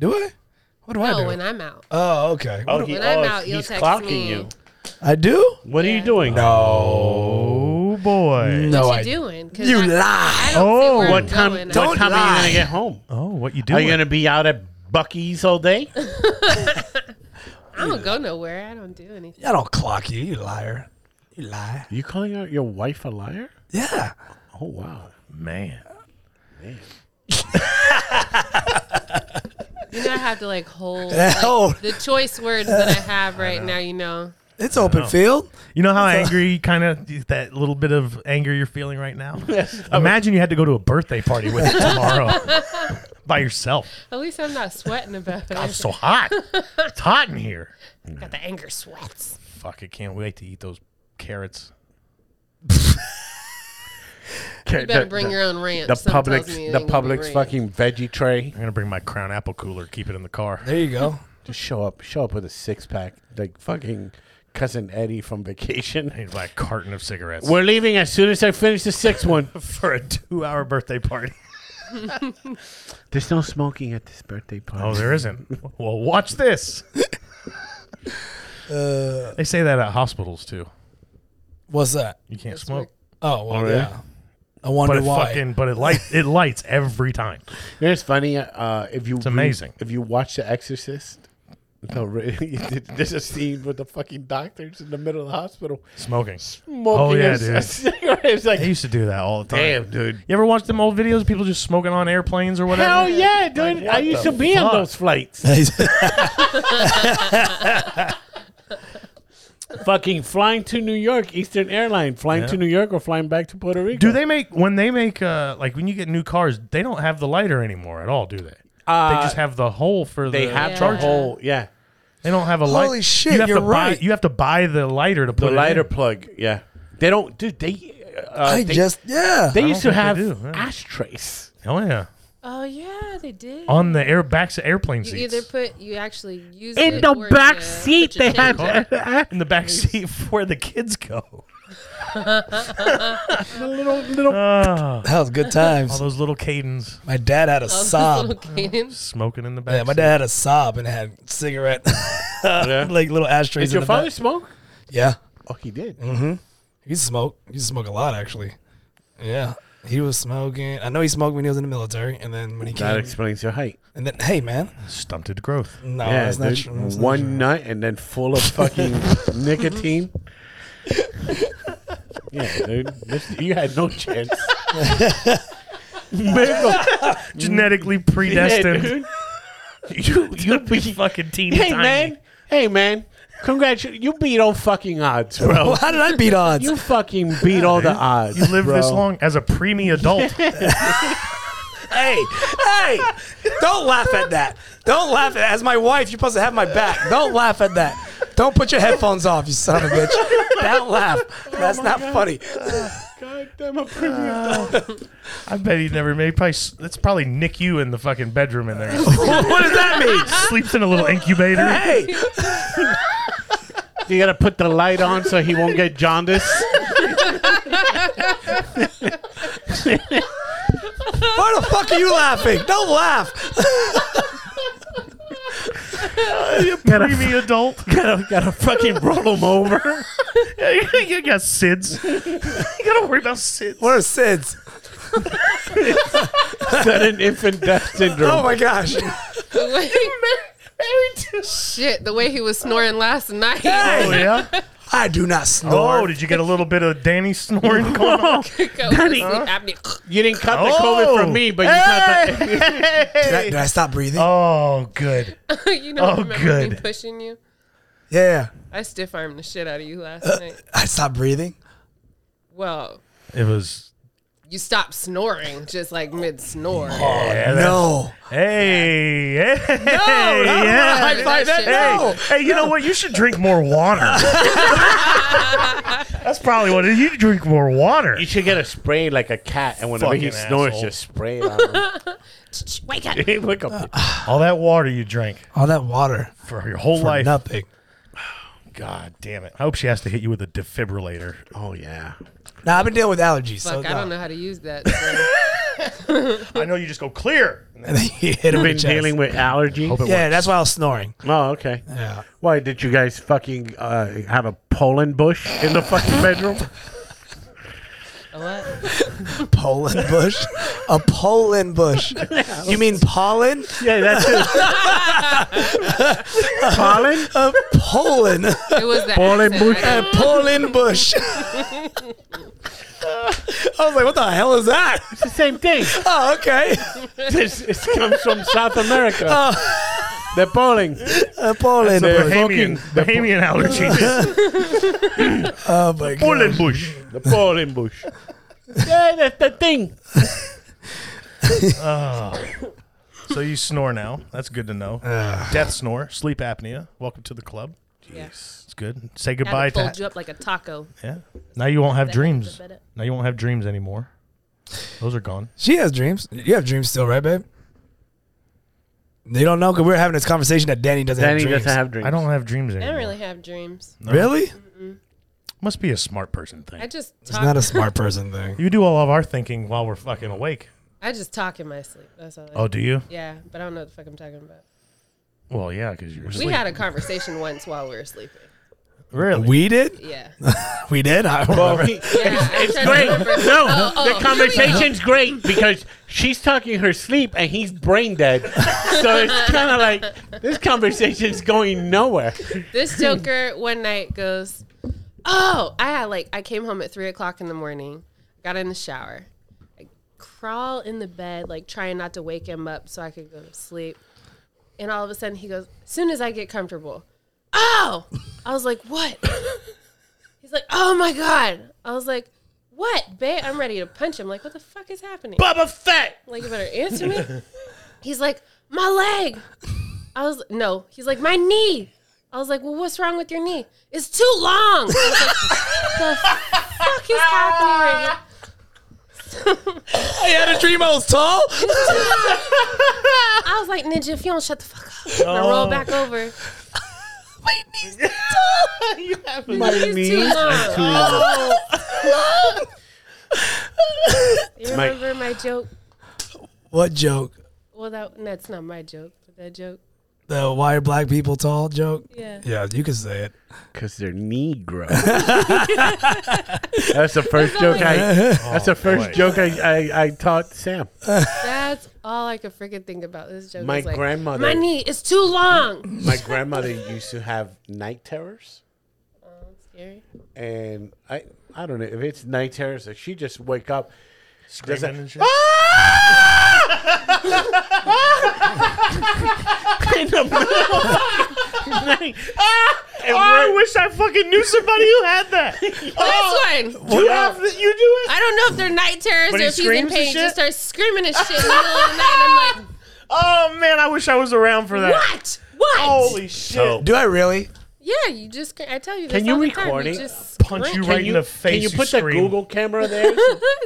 S1: Do I? What do I
S4: No,
S1: do?
S4: when I'm out.
S1: oh, okay.
S2: Oh, he,
S4: When I'm
S2: oh,
S4: out, you'll
S2: he's
S4: text
S2: clocking
S4: me.
S2: you.
S1: I do?
S2: What are you
S4: Yeah.
S2: doing?
S3: Oh boy.
S1: No, I
S4: what you doing? 'Cause
S1: You
S4: I,
S1: lie.
S4: I don't
S3: Oh.
S4: oh, where
S2: What
S4: I'm
S2: time?
S4: Going.
S2: what
S1: Don't
S2: time are you
S1: lie.
S2: gonna get home?
S3: Oh, what you
S2: Are
S3: doing?
S2: you gonna be out at Bucky's all
S4: <laughs>
S2: day?
S4: I don't go nowhere. I don't do anything.
S1: I don't clock you, you liar. You lie.
S2: you calling out your wife a liar?
S1: Yeah.
S2: Oh wow.
S3: Man.
S4: You know, I have to
S1: <laughs>
S4: like hold
S1: Hell,
S4: the choice
S2: <laughs>
S4: words that I have right now. You know,
S1: it's open field.
S3: You know how angry kind of that little bit of anger you're feeling right <laughs> now?
S2: Yes.
S3: Imagine you had to go to a birthday party with it <laughs> tomorrow by yourself.
S4: at least I'm not sweating about it.
S3: I'm so hot. It's hot in here.
S4: Got the anger sweats.
S3: Fuck, I can't wait to eat those carrots.
S4: You better bring your own ranch.
S2: the
S4: Something tells
S2: public's
S4: me it
S2: the
S4: ain't gonna be
S2: public's
S4: ranch.
S2: fucking veggie tray.
S3: I'm gonna bring my crown apple cooler, keep it in the car.
S1: There you go.
S2: Just show up, show up with a six pack, like fucking cousin Eddie from <laughs>
S3: I
S2: vacation.
S3: need to buy a carton of cigarettes
S2: We're leaving as soon as I finish the sixth one.
S3: for a two hour birthday party.
S2: There's no smoking at this birthday party.
S3: Oh, there isn't. Well, watch <laughs> this. they say that at hospitals too.
S1: What's that?
S3: You can't
S4: That's
S3: smoke,
S1: Oh, well,
S2: really?
S1: yeah. I
S3: but
S1: wonder
S3: it
S1: why. <laughs>
S3: fucking but it light it lights every time.
S2: You know, it's funny uh, if you it's
S3: amazing.
S2: if you watch The Exorcist. <laughs> the re- <laughs> There's a scene with the fucking doctors in the middle of the hospital
S3: Smoking.
S2: smoking
S3: Oh, yeah,
S2: a,
S3: dude.
S2: a <laughs> cigarette. It's like,
S3: They used to do that all the time.
S2: damn, dude.
S3: You ever watch them old videos? of People just smoking on airplanes or whatever.
S2: Hell yeah, dude. I used to be
S3: fuck?
S2: on those flights. <laughs> fucking flying to New York, Eastern Airline, flying to New York or flying back to Puerto Rico.
S3: Do they make when they make uh like when you get new cars? They don't have the lighter anymore at all, do they?
S2: Uh,
S3: they just have the hole for
S2: They
S3: the
S2: have the
S4: charger.
S2: whole yeah.
S3: They don't have a light.
S1: Holy shit,
S3: You have
S1: you're
S3: to
S1: right.
S3: Buy, you have to buy the lighter to put
S2: The
S3: it
S2: lighter
S3: in.
S2: plug, yeah. They don't dude they uh,
S1: I
S2: they,
S1: just, yeah.
S2: they used to
S3: think they
S2: have
S3: do, yeah.
S2: ashtrays.
S3: Oh yeah,
S4: Oh yeah, they did.
S3: on the air backs of airplane
S4: you
S3: seats <laughs>
S4: either put you actually use
S2: In
S4: it
S2: the
S4: or you uh,
S2: back
S4: put
S2: seat
S4: your
S2: they
S4: <laughs>
S2: had
S4: change in.
S3: in the back seat <laughs> where the kids go.
S2: little little <laughs>
S3: Ah,
S1: That was good
S3: all
S1: times.
S3: those little cadens
S1: My dad had a
S4: Those
S1: sob.
S4: little cannons.
S3: smoking in the back.
S1: Yeah, my
S3: seat.
S1: dad had a sob and had cigarette, <laughs> like little ashtrays in
S2: Did your
S1: the
S2: father
S1: back.
S2: smoke?
S1: Yeah.
S2: Oh he did.
S1: He smoked. He smoked a lot, actually. Yeah. He was smoking. I know he smoked when he was in the military, and then when he
S2: That
S1: came,
S2: explains your height.
S1: and then hey, man,
S3: stunted growth.
S1: no,
S2: yeah,
S1: Oh, that's not
S2: dude.
S1: true. That's not
S2: one
S1: true.
S2: nut and then full of fucking
S1: <laughs>
S2: nicotine. yeah, dude. This, you had
S1: <laughs>
S2: no chance. <laughs>
S3: Genetically
S2: Yeah,
S3: predestined.
S2: dude. You you <laughs>
S3: Be
S2: beat
S3: fucking teeny
S2: Hey
S3: tiny.
S2: man. Hey man. Congratulations. You beat all fucking odds, bro.
S1: Well, how did I beat odds?
S2: You fucking beat all the odds.
S3: You live
S2: bro.
S3: this long as a preemie adult.
S1: hey, hey, don't laugh at that. Don't laugh at As my wife, you're supposed to have my back. Don't laugh at that. Don't put your headphones off, you son of a bitch. Don't laugh. That's not funny.
S2: Oh God damn, a premium.
S3: I bet he never made. Probably s- that's probably Nick you in the fucking bedroom in there.
S1: what does that mean?
S3: <laughs> Sleeps in a little incubator.
S1: Hey,
S2: you gotta put the light on so he won't get jaundice.
S1: why the fuck are you laughing? Don't laugh.
S3: Preemie <laughs> adult.
S2: gotta, gotta fucking roll him
S3: <laughs>
S2: over.
S3: you got SIDS. <laughs> You gotta worry about SIDS.
S1: What are SIDS?
S2: Sudden infant death syndrome.
S1: Oh my gosh.
S4: <laughs> The way-
S3: Oh
S4: Shit, the way he was snoring last night. <laughs>
S1: Hey,
S3: yeah.
S1: I do not
S3: Oh,
S1: snore.
S3: did you get a little bit of Danny snoring going on?
S4: Go with sleep apnea.
S2: You didn't cut the
S3: Oh.
S2: COVID from me, but you cut the.
S1: Did I, did I stop breathing?
S3: <laughs> Oh, good.
S4: <laughs> you don't
S3: Oh,
S4: remember me
S3: good.
S4: pushing you?
S1: Yeah,
S4: I stiff armed the shit out of you last night.
S1: I stopped breathing.
S4: Well,
S3: It was.
S4: you stopped snoring just like mid snore.
S3: Yeah, that's-
S1: No.
S3: Hey, hey, hey,
S1: no, <laughs>
S3: yeah.
S1: high five eh? that.
S3: Hey,
S1: No.
S3: hey, you know what? You should drink more water. That's probably what it is. You drink more water.
S2: You should get a spray like a cat, and whenever he
S3: Fucking
S2: snores,
S3: asshole.
S2: just spray it on
S4: <laughs> Wake up. Uh.
S2: him. <laughs> Wake up.
S3: All that water you drank
S1: All that water
S3: for your whole
S1: for
S3: life.
S1: nothing.
S3: God damn it! I hope she has to hit you with a defibrillator.
S2: Oh yeah.
S1: Nah, I've been dealing with allergies. so
S4: Fuck, I
S1: nah.
S4: don't know how to use that. <laughs>
S1: <laughs>
S4: so-
S3: I know you just go clear.
S1: And then you hit him in
S2: Been
S1: the chest.
S2: dealing with allergies.
S1: yeah, that's why I was snoring.
S2: Oh, okay.
S1: Yeah.
S2: Why did you guys fucking uh, have a Poland bush in the fucking bedroom?
S4: A what?
S1: Poland bush. a Poland
S2: <laughs>
S1: bush. You mean pollen?
S2: <laughs> yeah, that's it. Poland.
S1: A Poland.
S4: It was the
S2: Ball and
S4: accent.
S2: bush.
S4: I
S1: a
S4: don't-
S1: Poland
S2: <laughs>
S1: bush. I was like, what the hell is that?
S2: It's the same thing.
S1: Oh, okay.
S2: This it comes from South America. The Poland.
S1: A Poland bush.
S3: Bahamian,
S2: fucking-
S3: Bahamian <laughs> allergies.
S1: Oh my god.
S3: Bullenbush.
S2: The Poland bush. yeah, that's the thing.
S3: So you snore now. That's good to know. Death snore, sleep apnea. Welcome to the club.
S4: Yeah.
S3: It's good. Say
S4: I had
S3: goodbye
S4: to fold you
S3: to.
S4: up like a taco.
S3: Yeah. Now you won't have
S4: That
S3: dreams.
S4: opens the bed up.
S3: Now you won't have dreams anymore. Those are gone.
S1: She has dreams. You have dreams still, right, babe? They don't know because we were having this conversation that Danny doesn't
S2: Danny
S1: have dreams.
S2: doesn't have drinks.
S3: I don't have dreams
S4: I
S3: anymore.
S4: don't really have dreams.
S1: Really?
S3: Must be a smart person thing.
S4: I just
S1: It's
S4: talk.
S1: not a smart person thing.
S3: you do all of our thinking while we're fucking awake.
S4: I just talk in my sleep. That's all. I
S3: Oh, do you?
S4: Yeah, but I don't know what the fuck I'm talking about.
S3: Well, yeah, because you're
S4: We
S3: asleep.
S4: had a conversation once while we were sleeping.
S3: really?
S1: We did? <laughs>
S4: Yeah.
S1: We did? I don't <laughs> remember.
S4: it's
S2: Great. No,
S4: Oh, oh,
S2: the conversation's great because she's talking her sleep and he's brain dead. so it's kind of like this conversation's going nowhere.
S4: This Joker one night goes, Oh, I had like, I came home at three o'clock in the morning, got in the shower, I crawl in the bed, like trying not to wake him up so I could go to sleep. And all of a sudden he goes, As soon as I get comfortable, Oh, I was like, What? He's like, Oh my God. I was like, What, babe? I'm ready to punch him. Like, what the fuck is happening?
S2: Bubba Fett.
S4: Like, you better answer me. <laughs> He's like, my leg. I was no. He's like, my knee. I was like, well, what's wrong with your knee? It's too long. I was like, the fuck is happening right now?
S1: I had a dream I was
S2: <laughs>
S1: tall.
S4: I was like, Ninja, if you don't shut the fuck up, and I roll back over. My knee's too long. You
S2: My-
S4: remember my joke?
S1: what joke?
S4: Well, that that's not my joke, but that joke.
S1: The why are black people tall joke?
S4: Yeah.
S1: Yeah, you can say it.
S2: Because they're Negro. that's the first
S4: That's
S2: joke I. That's the
S3: boy.
S2: first joke I, I, I taught Sam.
S4: That's all I could freaking think about. This joke.
S2: My
S4: was like,
S2: grandmother-
S4: My knee is too <laughs> long.
S2: My grandmother used to have night terrors,
S4: Scary.
S2: and I I don't know if it's night terrors. Like she just wake up. <laughs>
S3: Screaming
S2: Doesn't-
S3: and shit?
S2: in the middle of the night. And
S3: oh, I
S2: we're-
S3: wish I fucking knew somebody who had
S4: <laughs>
S3: that. Oh,
S4: This one.
S3: you have that? You do it?
S4: I don't know if they're night terrors
S3: But
S4: or
S3: he
S4: if he's in
S3: screams and
S4: pain. He just
S3: shit?
S4: starts screaming and shit in the middle of the night.
S3: <laughs>
S4: And I'm like,
S3: Oh man, I wish I was around for that.
S4: what? What?
S3: Holy shit!
S1: Do I really?
S4: Yeah, you just. ca- I tell you. This
S2: Can you
S4: all the
S2: record
S4: time.
S2: it?
S4: You just
S3: Punch
S4: scream.
S3: you
S2: Can
S3: right
S2: you,
S3: in the face.
S2: Can you put the
S3: scream.
S2: Google camera there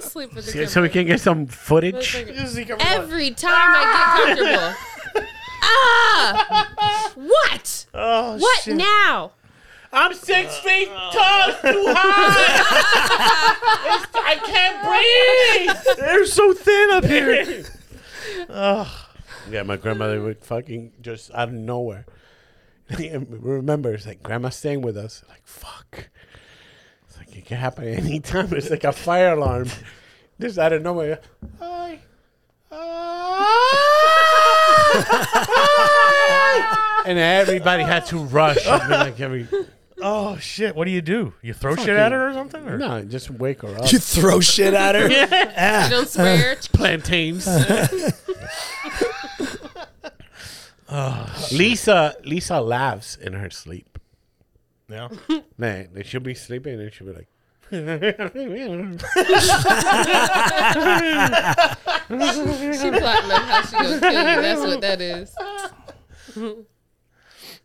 S4: Sleep with the
S2: <laughs> so,
S4: camera.
S2: we can get some footage?
S4: Every time I get comfortable.
S3: <laughs>
S4: ah! What?
S3: Oh
S4: What
S3: shit.
S4: now?
S2: I'm six feet tall, it's too high. It's- I can't breathe.
S3: <laughs> They're so thin up
S4: <laughs>
S3: here.
S2: Yeah, my grandmother would fucking just out of nowhere. <laughs> Remember, it's like grandma's staying with us. Like fuck. It's like it can happen anytime. It's like a fire alarm. Just out of <laughs> nowhere. Hi. Hi. and everybody had to <laughs> rush. I mean, like every
S3: oh shit! What do you do? You throw shit at her or something? Or?
S2: no, just wake her up.
S1: You throw shit at her?
S4: You don't swear.
S2: <laughs> plantains. Oh, Lisa Lisa laughs in her sleep.
S3: Yeah.
S2: Man, like, she'll be sleeping and she'll be <laughs> like
S4: she plotting on how she gonna kill you. That's what that is.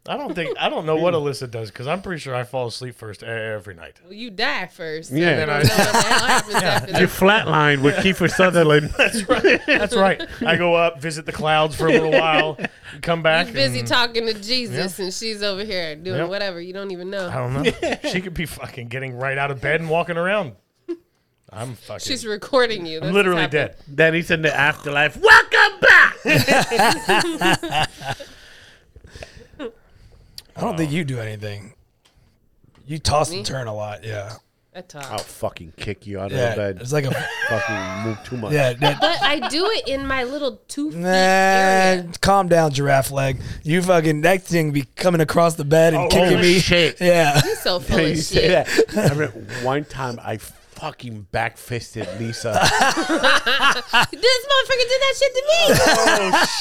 S3: I don't think I don't know what Alyssa does because I'm pretty sure I fall asleep first e- every night.
S4: Well, you die first.
S2: Yeah.
S4: You don't know what the hell happens after
S2: You
S4: that.
S2: flatlined with Kiefer Sutherland.
S3: That's right. I go up, visit the clouds for a little while, come back.
S4: He's busy
S3: and-
S4: talking to Jesus, and she's over here doing
S3: Yeah.
S4: whatever you don't even know.
S3: I don't know. she could be fucking getting right out of bed and walking around. I'm fucking.
S4: She's recording you. That's
S3: I'm literally
S4: what's happening.
S3: dead.
S2: then he's in the afterlife. Welcome back.
S1: I don't think you do anything. You toss and turn a lot. Yeah.
S4: I talk.
S2: I'll fucking kick you out
S1: Yeah.
S2: of bed.
S1: It's like a
S2: fucking move too much.
S1: yeah.
S4: <laughs>
S1: that-
S4: But I do it in my little two feet
S1: Nah,
S4: area.
S1: calm down, giraffe leg. You fucking that thing be coming across the bed and
S2: Oh,
S1: kicking
S2: holy
S1: me.
S2: shit.
S1: <laughs> Yeah,
S4: He's so full
S2: Yeah,
S4: of
S2: <laughs> you say
S4: shit.
S2: that. I remember one time I fucking backfisted Lisa.
S1: <laughs>
S4: This motherfucker did that shit
S2: <laughs>
S4: to me.
S3: Oh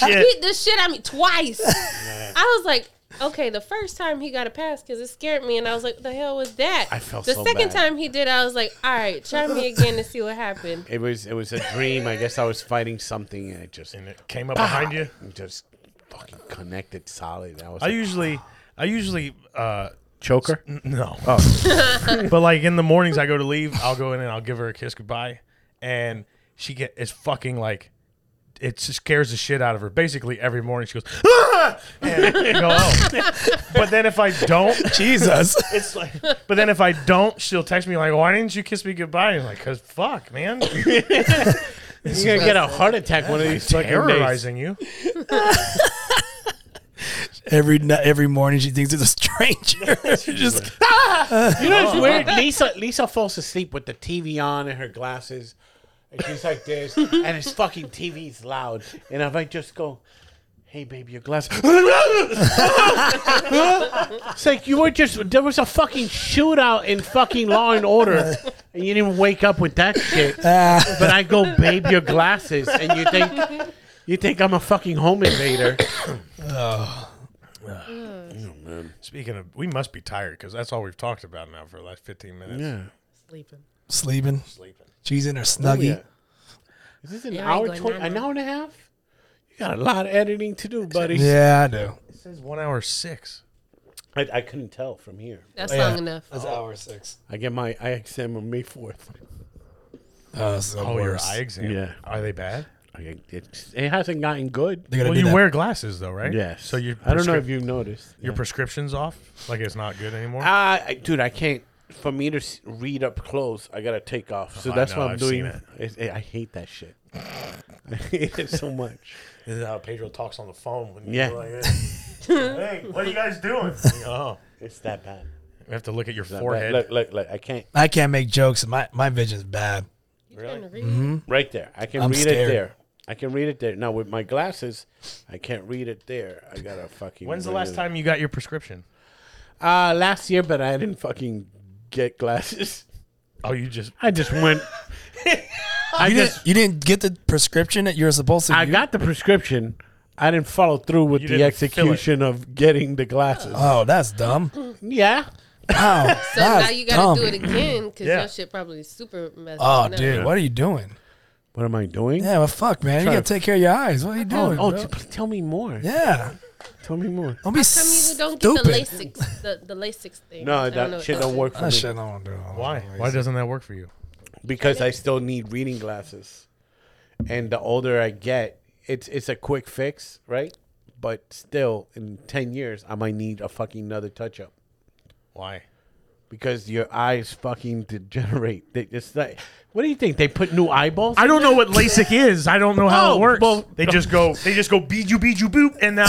S3: shit!
S4: Beat the shit out of me twice. I was like, okay, the first time he got a pass because it scared me, and I was like, the hell was that?
S2: I felt
S4: the
S2: so
S4: second
S2: bad.
S4: time he did, I was like, all right, try me again to see what happened.
S2: <laughs> It was it was a dream. I guess I was fighting something and it just
S3: And it came up behind you.
S2: it just fucking connected solid. I was
S3: I
S2: like,
S3: usually, I usually, uh,
S2: choker.
S3: no. <laughs> but like in the mornings, I go to leave. I'll go in and I'll give her a kiss goodbye, and she get it's fucking like. It scares the shit out of her. Basically, every morning she goes, ah! and I go, oh. But then if I don't,
S1: Jesus.
S3: It's like, <laughs> but then if I don't, she'll text me like, "Why didn't you kiss me goodbye?" And I'm like, "Cause
S2: <laughs>
S3: fuck, man,
S2: You're gonna get a heart attack one of <laughs> these fucking days.
S3: terrorizing you."
S1: every ni- every morning she thinks it's a stranger. <laughs> Just
S2: You know it's weird. Lisa Lisa falls asleep with the TV on and her glasses. And she's like this, and it's fucking TV's loud. And if I just go, hey baby, your glass. <laughs> it's like you were just there was a fucking shootout in fucking Law and Order, and you didn't wake up with that shit.
S1: ah,
S2: But I go, babe, your glasses, and you think you think I'm a fucking home invader.
S3: Speaking of, we must be tired because that's all we've talked about now for the last fifteen minutes.
S4: Sleeping.
S1: <laughs> sleeping.
S3: Sleeping.
S1: She's in her
S3: Oh,
S1: snuggie.
S2: Oh, Is this an
S4: Yeah, I ain't
S2: hour
S4: going
S2: twenty?
S4: none,
S2: An
S4: no.
S2: hour and a half? You got a lot of editing to do, buddy.
S1: Yeah, I do.
S3: It says one hour six.
S2: I, I couldn't tell from here.
S4: That's
S1: Yeah.
S4: long enough.
S2: Oh,
S1: That's hour six.
S2: I get my eye exam on May fourth.
S1: Oh, it's the
S3: Oh, your
S1: worst.
S3: eye exam.
S2: Yeah.
S3: Are they bad?
S2: I get- It, it hasn't gotten good.
S1: They're gonna
S3: Well,
S1: do
S3: you
S1: that.
S3: wear glasses though, right?
S2: Yes.
S3: So your
S2: I don't know
S3: prescrip-
S2: if you noticed.
S3: your prescription's off. Like it's not good anymore.
S2: Ah, I- dude, I can't. For me to s- read up close, I gotta take off. So
S3: Oh, I
S2: that's
S3: know,
S2: what I'm
S3: I've
S2: doing.
S3: seen it.
S2: It's- I hate that shit. <laughs> I hate it so much.
S3: this is how uh, Pedro talks on the phone. When
S2: Yeah.
S3: yeah.
S2: <laughs>
S3: hey, what are you guys doing? oh,
S2: It's that bad.
S3: we have to look at your
S2: That bad.
S3: forehead.
S2: Look, look, look. I can't.
S1: I can't make jokes. My my vision's bad.
S4: Trying to read.
S2: Right there. I can
S1: I'm
S2: read
S1: scared.
S2: it there. I can read it there. Now with my glasses, I can't read it there. I gotta fucking.
S3: When's the
S2: read
S3: last
S2: it.
S3: time you got your prescription?
S2: Uh last year, but I didn't fucking get glasses. <laughs>
S3: Oh, you just
S2: I just went. I
S1: You
S2: just.
S1: didn't, you didn't get the prescription that you were supposed to.
S2: I
S1: use?
S2: got the prescription. I didn't follow through with
S3: You
S2: the
S3: didn't fill it.
S2: execution of getting the glasses.
S1: Oh, that's
S4: <laughs>
S1: dumb.
S2: yeah.
S1: Wow,
S4: So now you got to do it again because
S3: Yeah.
S4: your shit probably is super messed
S1: Oh,
S4: up. now.
S1: dude, what are you doing?
S2: What am I doing?
S1: Yeah, well, fuck, man. You
S2: Try
S1: gotta
S2: to-
S1: take care of your eyes. What are you
S2: Oh,
S1: doing?
S2: oh
S1: bro?
S2: t- please tell me more.
S1: yeah.
S2: Tell me more.
S1: Don't be
S4: How come you
S1: stupid.
S4: don't get the LASIK, the, the LASIK thing?
S2: No,
S4: I don't know
S2: that
S4: what
S2: shit
S4: that
S2: don't
S4: is.
S2: work for
S1: That
S2: me
S1: Oh, shit I don't do. I don't
S3: Why?
S1: do
S3: Why
S1: LASIK.
S3: doesn't that work for you?
S2: because I still need reading glasses. And the older I get, it's it's a quick fix, right? But still, in ten years, I might need a fucking another touch up.
S3: Why?
S2: because your eyes fucking degenerate. They, it's like, what do you think? They put new <laughs> eyeballs?
S3: I don't know what LASIK is. I don't know how
S2: Oh,
S3: it works.
S2: well-
S3: they just go, they just go, bead you, bead you, boop, and now you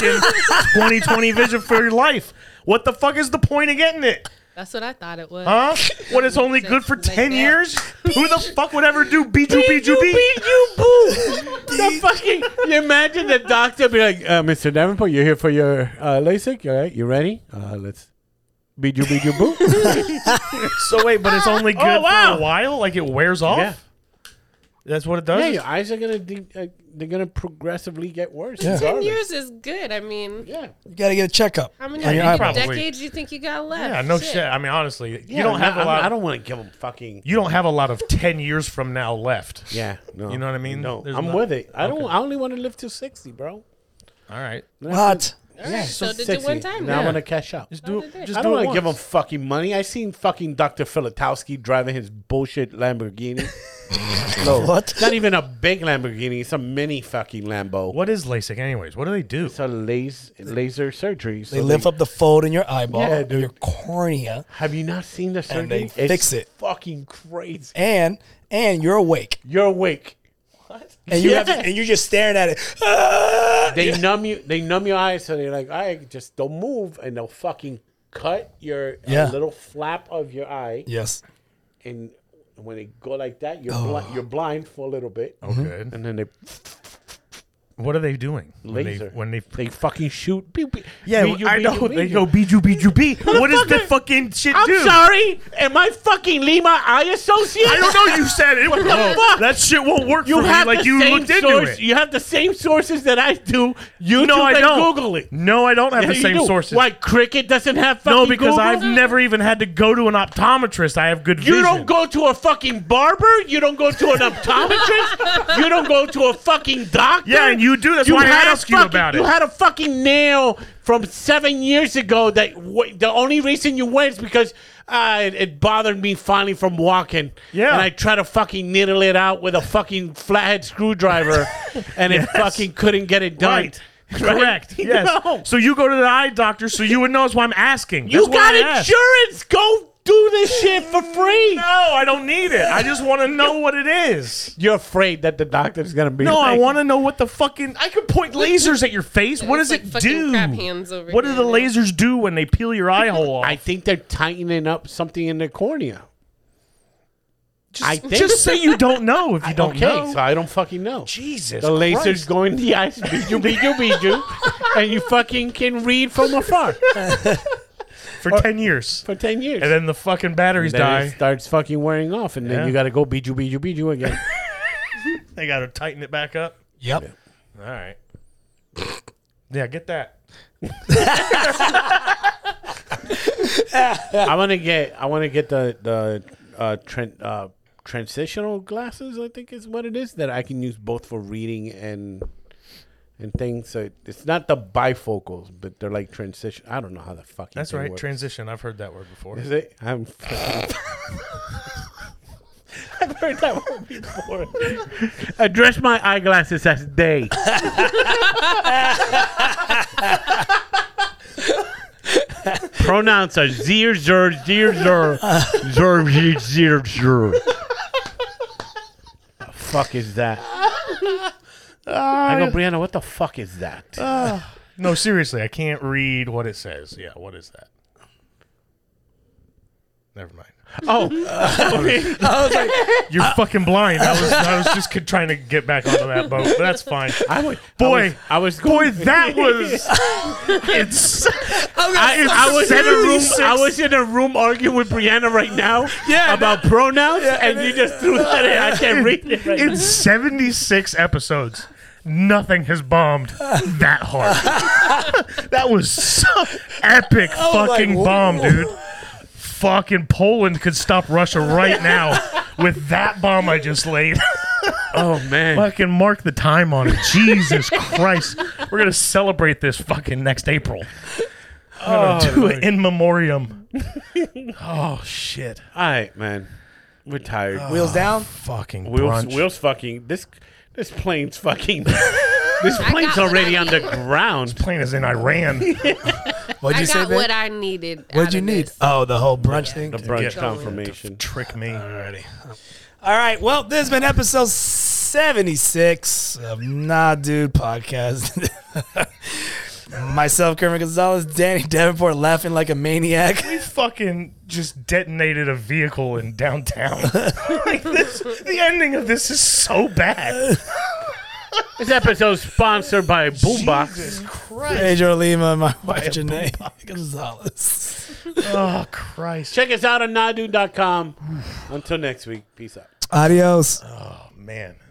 S2: <laughs>
S3: fucking 2020 vision for your life. What the fuck is the point of getting it?
S4: That's what I thought it was.
S3: Huh? When it's only good for
S4: Like
S3: 10
S4: that.
S3: years? <laughs> Who the fuck would ever do bead you, bead
S2: Beat you,
S3: you, bead?
S2: beat you, boo! the fucking. You imagine the doctor be like, uh, "Mr. Davenport, you're here for your uh, LASIK. All right, you ready? Uh, let's beat you, beat you, boo."
S3: So wait, but
S2: <laughs>
S3: it's only good
S2: Oh, wow.
S3: for a while? Like it wears off?
S2: yeah,
S3: That's what it
S2: yeah.
S3: does?
S2: Your eyes are gonna de- uh, they're gonna progressively get worse.
S1: Yeah.
S4: Ten
S2: regardless.
S4: years is good. I mean,
S2: Yeah.
S1: You gotta get a checkup.
S4: how many
S1: on your
S3: you
S1: eyeball.
S3: probably-
S4: decades do you think you got left?
S3: Yeah, no shit. I mean, honestly, you don't
S2: no,
S3: have a
S2: I'm-
S3: lot.
S2: I don't want to give them fucking.
S3: you don't have a lot of 10 years from now left.
S2: Yeah, no.
S3: You know what I mean?
S2: No,
S3: There's
S2: I'm
S3: not-
S2: with it. I don't. I only want to live till sixty, bro.
S3: All right.
S1: What?
S2: Yeah,
S4: so did the one time
S2: Now I
S3: then.
S2: want to cash out.
S3: Just do
S4: did
S3: it.
S4: they?
S3: Just
S2: I
S3: do
S2: don't
S3: it
S2: want to give him
S3: once.
S2: fucking money. I seen fucking Dr. Filatowski driving his bullshit Lamborghini. no,
S1: What?
S2: Not even a big Lamborghini. It's a mini fucking Lambo.
S3: What is LASIK, anyways? What do they do?
S2: It's a laser, laser surgery. So
S1: They lift up the fold in your eyeball,
S2: Yeah, dude.
S1: your cornea,
S2: Have you not seen the surgery?
S1: And they
S2: It's
S1: fix it.
S2: Fucking crazy.
S1: and and you're awake,
S2: You're awake.
S1: and you
S2: Yeah.
S1: have and you're just staring at it. Ah!
S2: They numb you. They numb your eyes, so they're like, "All right, just don't move," and they'll fucking cut your uh,
S1: Yeah.
S2: little flap of your eye.
S1: yes,
S2: and when they go like that, you're bli- you're blind for a little bit,
S3: Oh, good.
S2: and then they
S3: What are they doing? When they,
S2: laser
S3: when they,
S2: they fucking shoot. Pew, pew.
S3: yeah,
S2: Pew, pew,
S3: I
S2: pew,
S3: know.
S2: pew,
S3: they
S2: pew.
S3: go BJU
S2: <laughs>
S3: BJU. What does the fucking shit
S2: I'm
S3: do?
S2: sorry, am I fucking Lima Eye Associate?
S3: I don't know. You said it.
S2: What the fuck?
S3: That shit won't
S2: <laughs>
S3: work
S2: You
S3: for me.
S2: have
S3: Like
S2: the
S3: you
S2: same
S3: looked into
S2: source.
S3: it.
S2: You have the same sources that I do. You
S3: no, I don't.
S2: Google it.
S3: No, I don't have the
S2: You
S3: same
S2: do.
S3: sources.
S2: Why Cricket doesn't have fucking
S3: No, because
S2: Google?
S3: I've never even had to go to an optometrist. I have good vision.
S2: You don't go to a fucking barber. You don't go
S3: <laughs>
S2: to an optometrist. you don't go to a fucking doctor.
S3: Yeah, and you do. That's why I
S2: had a
S3: asked you
S2: fucking-
S3: about it.
S2: You had a fucking nail from seven years ago that w- the only reason you went is because uh, it, it bothered me finally from walking.
S3: Yeah.
S2: And I tried to fucking needle it out with a fucking flathead screwdriver
S3: <laughs>
S2: and it fucking couldn't get it done.
S3: Right.
S2: <laughs>
S3: Correct.
S2: You
S3: Yes.
S2: know.
S3: So you go to the eye doctor, so you would know. That's why I'm asking.
S2: You
S3: That's why
S2: got
S3: I asked.
S2: insurance. Go do this shit for free.
S3: No, I don't need it. I just want to know what it is.
S2: You're afraid that the doctor's gonna be.
S3: No, I
S2: like,
S3: want to know what the fucking. I could point lasers at your face. What does
S4: It's like
S3: it
S4: fucking
S3: do?
S4: crab hands over
S3: what do
S4: here,
S3: the
S4: man.
S3: lasers do when they peel your eye hole off?
S2: I think they're tightening up something in the cornea.
S3: just,
S2: I think-
S3: just say you don't know
S2: <laughs>
S3: if you don't
S2: okay,
S3: know.
S2: so I don't fucking know.
S3: Jesus,
S2: The lasers
S3: Christ.
S2: go in the eyes, beejoo, beejoo, beejoo,
S3: <laughs>
S2: and you fucking can read from afar
S3: for ten years,
S2: for ten years.
S3: and then the fucking batteries
S2: Then it
S3: die.
S2: starts fucking wearing off, and
S3: Yeah.
S2: then you got to go beejoo, beejoo, beejoo again.
S3: <laughs> They got to tighten it back up.
S1: yep.
S4: Oh,
S3: All right. yeah, get that.
S2: I want to get, I want to get the the uh, tran- uh, transitional glasses. I think is what it is that I can use both for reading and and things. So it's not the bifocals, but they're like transition. I don't know how the fucking.
S3: That's
S2: thing
S3: right.
S2: works.
S3: Transition. I've heard that word before.
S2: Is it? I'm. <laughs> I've heard that word before. <laughs> Address my eyeglasses as <laughs> they. Pronouns are zir zir zir zir zir zir zir zir. The fuck is that? I Oh. go, Brianna. What the fuck is <laughs> that?
S3: No, seriously, I can't read what it says. Yeah, what is that? Never mind.
S2: oh,
S3: You're fucking blind. I was, I was just c- trying to get back onto that boat, but that's fine.
S2: I was,
S3: Boy,
S2: I was, I was
S3: Boy,
S2: going-
S3: that
S1: <laughs>
S3: was. It's.
S2: I, I was in a room.
S3: 76.
S2: I was in a room arguing with Brianna right now
S1: Yeah,
S2: about pronouns, and you just threw that in. I can't read it.
S3: <laughs>
S2: Right
S3: In 76 episodes, nothing has bombed that hard. <laughs> that was so epic
S1: was
S3: fucking
S1: like,
S3: bomb,
S1: whoa.
S3: dude. Fucking Poland could stop Russia right now with that bomb I just laid.
S2: oh man,
S3: fucking mark the time on it. Jesus Christ. We're going to celebrate this fucking next April. I'm gonna do it in memoriam. oh shit!
S2: all right, man, we're tired.
S1: Wheels down.
S3: Fucking
S2: Will's,
S3: brunch.
S2: Will's fucking this. This plane's fucking. this
S4: I
S2: plane's
S4: got what
S2: already
S4: I need.
S2: underground.
S3: plane is in Iran.
S1: What'd
S4: I
S1: you say,
S4: got
S1: babe?
S4: what I needed.
S1: What'd
S4: out
S1: you
S4: of
S1: need?
S4: this.
S1: Oh, the whole brunch thing.
S2: The brunch
S3: Get-
S2: confirmation.
S3: Trick me already.
S1: All right. Well, this has been episode 76 of Nah Dude Podcast. <laughs> Myself, Kermit Gonzalez, Danny Davenport laughing like a maniac. <laughs>
S3: We fucking just detonated a vehicle in downtown. like this, the ending of this is so bad.
S2: This episode's sponsored by Boombox.
S3: Jesus Christ!
S1: Pedro Lima and my wife, Janae Gonzalez.
S3: Oh Christ!
S2: Check us out on nadu.com. Until next week, peace out.
S1: Adios.
S3: Oh man.